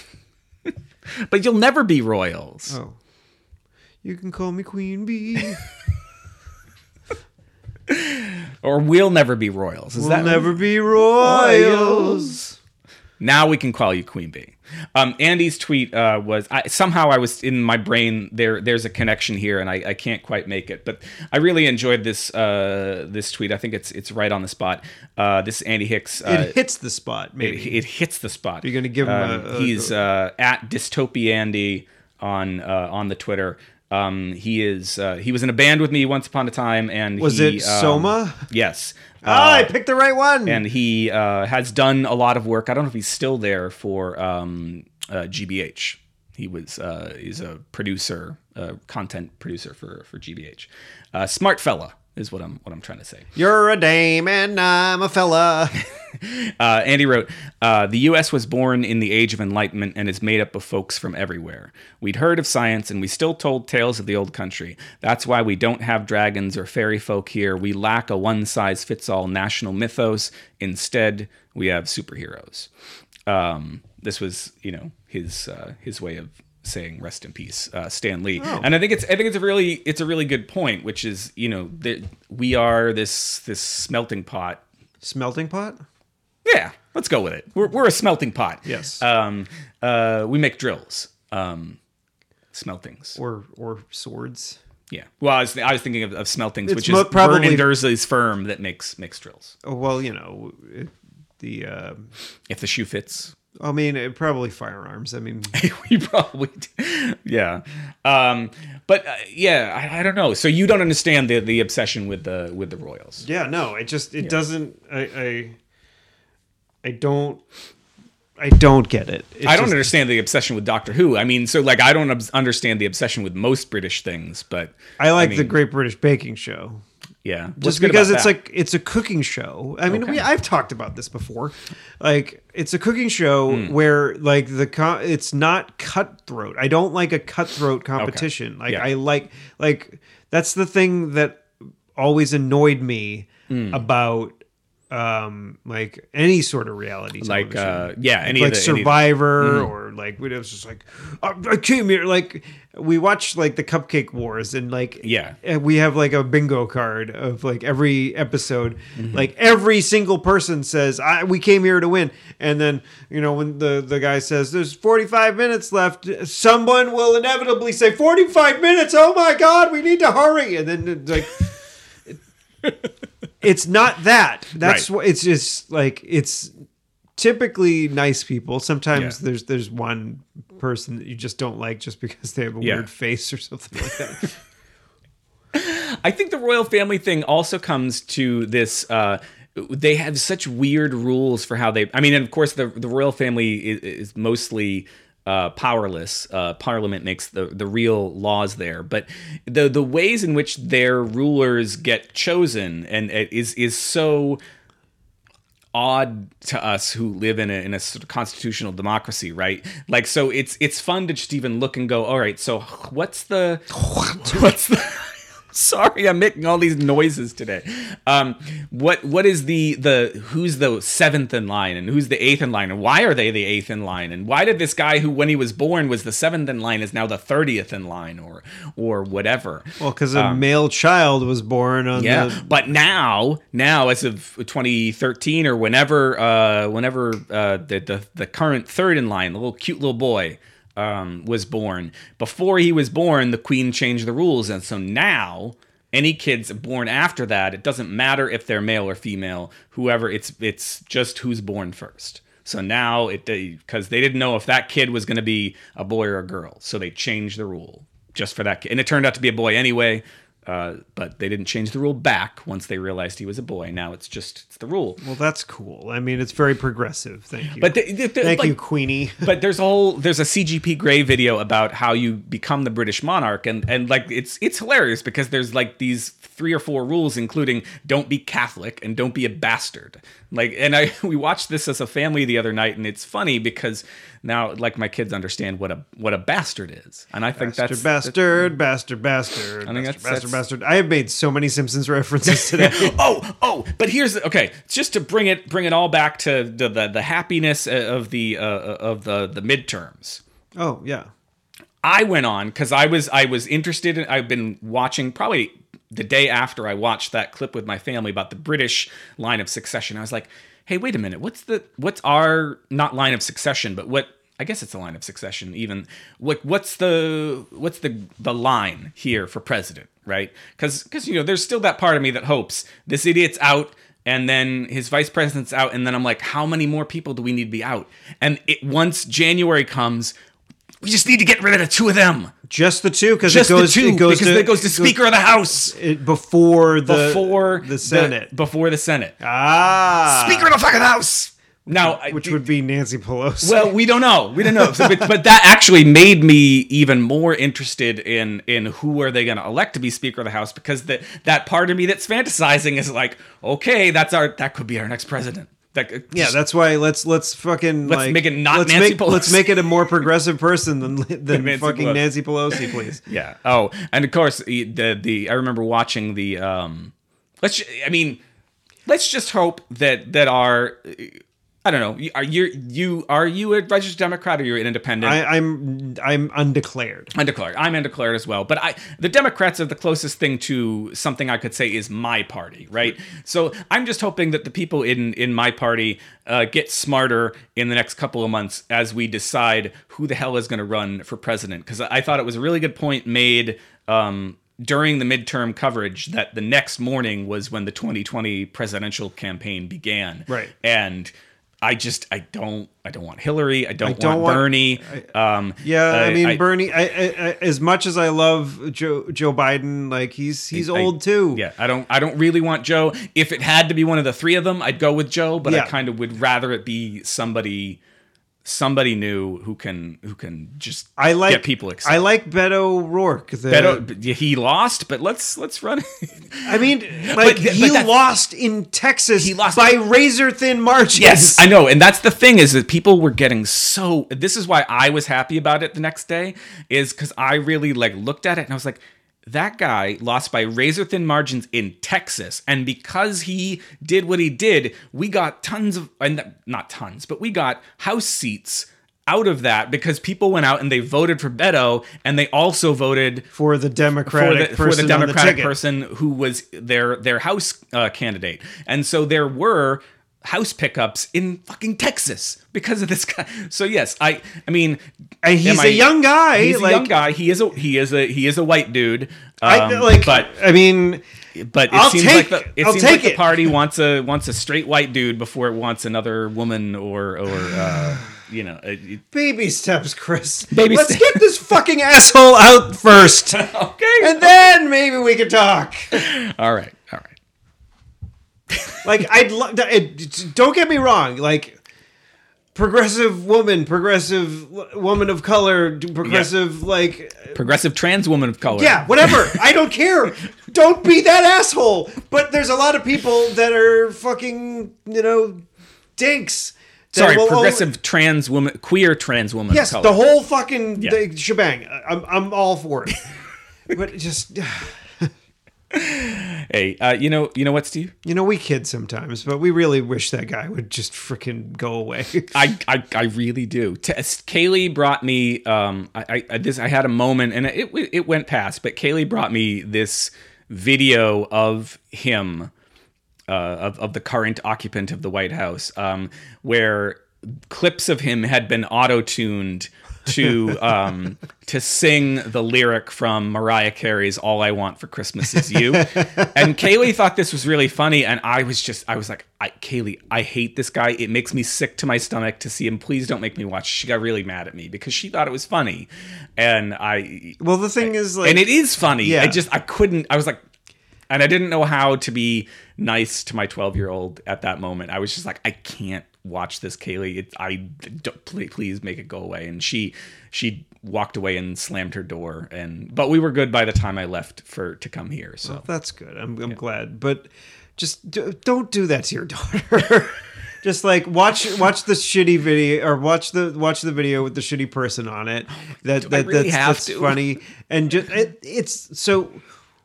S1: but you'll never be royals.
S2: Oh, you can call me Queen Bee.
S1: Or we'll never be royals. Is
S2: I'll
S1: that
S2: Oh. never be royals.
S1: now we can call you Queen Bee. Um, Andy's tweet uh, was I, somehow I was in my brain there. There's a connection here, and I, I can't quite make it. But I really enjoyed this uh, this tweet. I think it's it's right on the spot. Uh, this is Andy Hicks. Uh,
S2: it hits the spot. Maybe
S1: it, it hits the spot.
S2: You're gonna give him
S1: Um,
S2: a- a-
S1: he's uh, at dystopiandy on uh, on the Twitter. Um, he is uh, he was in a band with me once upon a time, and
S2: was
S1: he,
S2: it
S1: um,
S2: Soma?
S1: Yes.
S2: ah,
S1: Uh,
S2: I picked the right one.
S1: and he uh, has done a lot of work. I don't know if he's still there for um, uh, GBH. He was uh, he's a producer, uh, content producer for for GBH. Uh, smart fella is what I'm what I'm trying to say.
S2: You're a dame and I'm a fella.
S1: Uh, Andy wrote, uh, The U.S. was born in the Age of Enlightenment and is made up of folks from everywhere. We'd heard of science and we still told tales of the old country. That's why we don't have dragons or fairy folk here. We lack a one size fits all national mythos. Instead, we have superheroes. Um, this was, you know, his uh, his way of saying rest in peace, uh, Stan Lee. And I think it's I think it's a really it's a really good point, which is you know that we are this this smelting pot
S2: Smelting pot.
S1: yeah, let's go with it. We're, we're a smelting pot.
S2: Yes.
S1: Um, uh, we make drills, um, smeltings.
S2: or or swords.
S1: Yeah. Well, I was, I was thinking of, of smeltings, which
S2: mo-
S1: is
S2: probably-
S1: probably Dursley's firm that makes makes drills.
S2: Oh, well, you know it, the. Uh,
S1: If the shoe fits,
S2: I mean, it, probably firearms. I mean,
S1: we probably do. yeah. Um, but uh, yeah, I, I don't know. So you don't understand the the obsession with the with the royals.
S2: yeah, no, it just it doesn't. I, I I don't I don't get it. It's
S1: I don't
S2: just-
S1: understand the obsession with Doctor Who. I mean, so like I don't obs- understand the obsession with most British things, but
S2: I like the
S1: mean-
S2: Great British Baking Show
S1: yeah, What's
S2: just
S1: good about
S2: because it's
S1: that?
S2: like it's a cooking show. I mean, we
S1: Okay.
S2: I've talked about this before. Like it's a cooking show
S1: Hmm.
S2: where like the co it's not cutthroat. I don't like a cutthroat competition. Like
S1: Yeah.
S2: I like like that's the thing that always annoyed me
S1: Hmm.
S2: about um like any sort of reality
S1: like
S2: television.
S1: uh, yeah, any
S2: like
S1: of the, any of the-
S2: Survivor
S1: Mm-hmm.
S2: or like we it was just like I, I came here like we watched like the Cupcake Wars and like
S1: Yeah.
S2: and we have like a bingo card of like every episode
S1: Mm-hmm.
S2: like every single person says I we came here to win and then you know when the the guy says there's 45 minutes left someone will inevitably say 45 minutes oh my god we need to hurry and then it's like it's not that that's
S1: Right.
S2: what it's just like it's typically nice people. Sometimes
S1: Yeah.
S2: there's there's one person that you just don't like just because they have a
S1: Yeah.
S2: weird face or something like that.
S1: I think the royal family thing also comes to this. Uh, they have such weird rules for how they. I mean, and of course, the the royal family is, is mostly. Uh, powerless. Uh, Parliament makes the, the real laws there, but the the ways in which their rulers get chosen and it is is so odd to us who live in a, in a sort of constitutional democracy, right? Like, so it's it's fun to just even look and go, all right, so what's the what's the Sorry, I'm making all these noises today. Um, what what is the the who's the seventh in line and who's the eighth in line and why are they the eighth in line and why did this guy who when he was born was the seventh in line is now the thirtieth in line or or whatever?
S2: well, because a male child was born on
S1: Um, Yeah,
S2: the
S1: but now, now as of 2013 or whenever, uh, whenever uh, the, the the current third in line, the little cute little boy, um, was born. Before he was born, the queen changed the rules, and so now any kids born after that, it doesn't matter if they're male or female, whoever, it's it's just who's born first. So now it because they didn't know if that kid was going to be a boy or a girl, so they changed the rule just for that kid, and it turned out to be a boy anyway. Uh, but they didn't change the rule back once they realized he was a boy. Now it's just it's the rule.
S2: Well, that's cool. I mean, it's very progressive. Thank you.
S1: But the, the, the-
S2: Thank
S1: like-
S2: you, Queenie.
S1: but there's a whole there's a CGP Grey video about how you become the British monarch and and like it's it's hilarious because there's like these three or four rules including don't be Catholic and don't be a bastard. Like and I we watched this as a family the other night and it's funny because now like my kids understand what a what a bastard is. And I think
S2: Bastard,
S1: that's
S2: bastard, bastard, bastard,
S1: think
S2: bastard,
S1: that's-
S2: bastard,
S1: that's-
S2: bastard. I have made so many Simpsons references today.
S1: oh, oh, but here's okay. Just to bring it bring it all back to the the, the happiness of the uh, of the the midterms.
S2: oh yeah,
S1: I went on because I was I was interested in I've been watching probably the day after I watched that clip with my family about the British line of succession. I was like, hey, wait a minute, what's the what's our not line of succession, but what I guess it's a line of succession even. What what's the what's the the line here for president, right? Because because you know there's still that part of me that hopes this idiot's out and then his vice president's out and then I'm like, how many more people do we need to be out? And it once January comes. We just need to get rid of the two of them.
S2: just the two because it
S1: Just
S2: goes
S1: the two,
S2: it goes
S1: because
S2: to,
S1: it goes to Speaker of the House
S2: it, before the
S1: before
S2: the Senate.
S1: before the Senate.
S2: ah,
S1: Speaker of the fucking House. Now, I-
S2: which would be Nancy Pelosi.
S1: well, we don't know. We don't know. So, but, but that actually made me even more interested in in who are they going to elect to be Speaker of the House because that that part of me that's fantasizing is like, okay, that's our that could be our next president. That could-
S2: yeah, that's why let's let's fucking
S1: Let's
S2: like,
S1: make it not
S2: let's
S1: Nancy
S2: make, Let's
S1: Pelosi.
S2: make it a more progressive person than than
S1: Nancy
S2: fucking
S1: Pelosi.
S2: Nancy Pelosi, please.
S1: Yeah. Oh, and of course the the, the I remember watching the um let's ju- I mean let's just hope that that our I don't know. Are you you are you a registered Democrat or you're an independent?
S2: I, I'm I'm undeclared.
S1: undeclared. I'm undeclared as well. But I the Democrats are the closest thing to something I could say is my party, right? So I'm just hoping that the people in in my party uh, get smarter in the next couple of months as we decide who the hell is going to run for president. Because I I thought it was a really good point made. Um, during the midterm coverage, that the next morning was when the 2020 presidential campaign began.
S2: Right.
S1: and I just I don't I don't want Hillary. I don't,
S2: don't
S1: want,
S2: want-
S1: Bernie. um,
S2: Yeah, I,
S1: I-
S2: mean
S1: I-
S2: Bernie. I, I, I, as much as I love Joe Joe Biden, like he's he's
S1: I-
S2: old too.
S1: Yeah, I don't I don't really want Joe. If it had to be one of the three of them, I'd go with Joe, but
S2: Yeah.
S1: I kind of would rather it be somebody somebody new who can who can just
S2: I like
S1: get people excited.
S2: I like Beto O'Rourke. The,
S1: Beto- but he lost, but let's let's run.
S2: I mean, like
S1: th- but
S2: he
S1: that's-
S2: lost in Texas. He
S1: lost-
S2: by razor thin margins.
S1: I know, and that's the thing is that people were getting so. This is why I was happy about it the next day, is because I really like looked at it and I was like, that guy lost by razor thin margins in Texas, and because he did what he did, we got tons of, and not tons, but we got house seats out of that because people went out and they voted for Beto, and they also voted
S2: for the Democratic
S1: for the,
S2: person
S1: for the
S2: on the
S1: Democratic
S2: ticket.
S1: person who was their their House uh, candidate, and so there were House pickups in fucking Texas because of this guy. So yes, I I mean,
S2: And he's
S1: am
S2: a young guy,
S1: He's
S2: like-
S1: a young guy. He is a he is a he is a white dude.
S2: I,
S1: Um,
S2: like,
S1: but
S2: I mean,
S1: but it
S2: I'll
S1: seems
S2: take-
S1: like the it
S2: I'll
S1: seems
S2: take
S1: like the
S2: it.
S1: party wants a wants a straight white dude before it wants another woman or or uh, you know. it- it-
S2: baby steps, Chris.
S1: Baby
S2: Let's
S1: ste-
S2: get this fucking asshole out first,
S1: okay.
S2: and then maybe we can talk.
S1: all right. All right.
S2: Like, I'd love. Don't get me wrong. Like. Progressive woman, progressive w- woman of color, d- progressive like
S1: Progressive trans woman of color.
S2: Yeah, whatever. I don't care. Don't be that asshole. But there's a lot of people that are fucking, you know, dinks. that
S1: Sorry,
S2: will only-
S1: progressive trans woman, queer trans woman. of
S2: yes,
S1: color.
S2: the whole fucking
S1: Yeah.
S2: thing- shebang. I- I'm, I'm all for it. but just,
S1: Hey, uh, you know, you know what, Steve?
S2: you know, we kid sometimes, but we really wish that guy would just freaking go away.
S1: I, I, I really do. T- Kaylee brought me. Um, I, I- I this I had a moment, and it it went past. But Kaylee brought me this video of him, uh, of of the current occupant of the White House, um, where clips of him had been auto tuned to um, to sing the lyric from Mariah Carey's "All I Want for Christmas Is You," and Kaylee thought this was really funny, and I was just I was like, I, "Kaylee, I hate this guy. It makes me sick to my stomach to see him. Please don't make me watch." She got really mad at me because she thought it was funny, and I
S2: Well, the thing is, like,
S1: and it is funny.
S2: Yeah.
S1: I just I couldn't. I was like, and I didn't know how to be nice to my twelve year old at that moment. I was just like, I can't watch this, Kaylee. It, I don't, please, please make it go away. And she she walked away and slammed her door. And but we were good by the time I left for to come here. So
S2: that's good. I'm, I'm glad, but just do, don't do that to your daughter. just like watch watch the shitty video or watch the watch the video with the shitty person on
S1: Oh
S2: it. That that
S1: really
S2: that's,
S1: have
S2: that's
S1: to?
S2: funny and just it, it's so.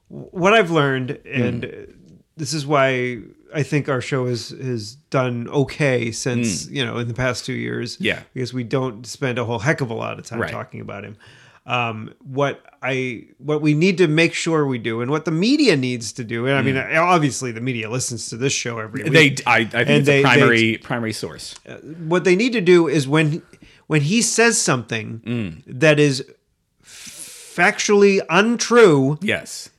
S2: What I've learned,
S1: Hmm.
S2: and this is why I think our show has has done okay since you know in the past two years.
S1: Hmm. Yeah.
S2: because we don't spend a whole heck of a lot of time
S1: Right.
S2: talking about him. Um, what I what we need to make sure we do, and what the media needs to do, and I mean, obviously the media listens to this show every week.
S1: they, I, I think it's a
S2: they- they-
S1: primary primary source.
S2: what they need to do is when when he says something that is factually untrue,
S1: Yes.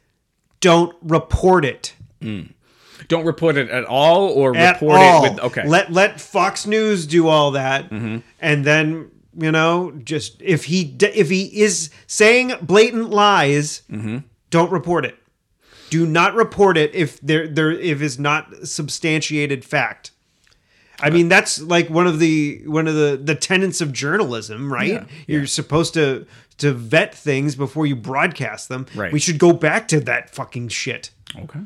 S2: don't report it.
S1: Don't report it at all, or
S2: at
S1: report
S2: all.
S1: it with okay. Mm-hmm.
S2: Let let Fox News do all that, and then you know, just if he d- if he is saying blatant lies,
S1: Mm-hmm.
S2: don't report it. Do not report it if there there if it's not substantiated fact.
S1: Uh,
S2: I mean that's like one of the one of the the tenets of journalism, right? You're supposed to to vet things before you broadcast them.
S1: Right.
S2: We should go back to that fucking shit.
S1: okay.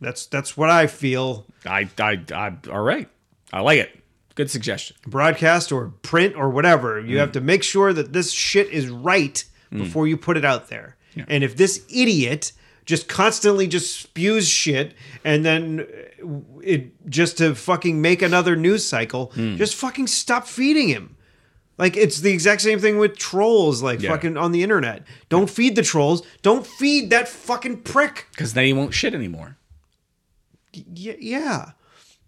S2: That's that's what I feel.
S1: I, I I all right. I like it. Good suggestion.
S2: broadcast or print or whatever. You have to make sure that this shit is right before you put it out there. And if this idiot just constantly just spews shit and then uh, it just to fucking make another news cycle, just fucking stop feeding him. Like it's the exact same thing with trolls like
S1: Yeah.
S2: fucking on the internet. Don't feed the trolls. Don't feed that fucking prick.
S1: because then he won't shit anymore.
S2: Y- yeah.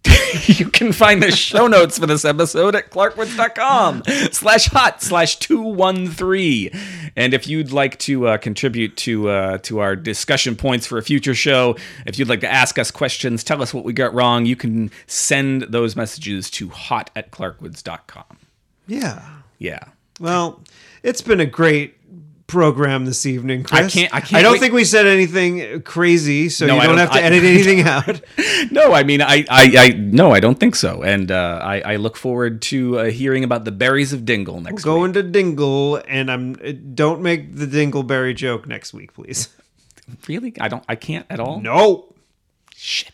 S1: You can find the show notes for this episode at clarkwoods.com slash hot slash 213. And if you'd like to uh, contribute to uh, to our discussion points for a future show, if you'd like to ask us questions, tell us what we got wrong, you can send those messages to hot at clarkwoods.com.
S2: Yeah.
S1: Yeah.
S2: Well, it's been a great program this evening, Chris.
S1: can't- I can't
S2: don't
S1: wait-
S2: think we said anything crazy, so
S1: No,
S2: you
S1: I
S2: don't,
S1: don't-
S2: have to
S1: I-
S2: edit anything out.
S1: No, I mean, I, I, I no, I don't think so. And uh, I, I look forward to uh, hearing about the berries of Dingle next
S2: Go
S1: week.
S2: into Dingle, and I'm uh, don't make the Dingleberry joke next week, please.
S1: Really? I don't, I can't at all?
S2: No.
S1: Shit.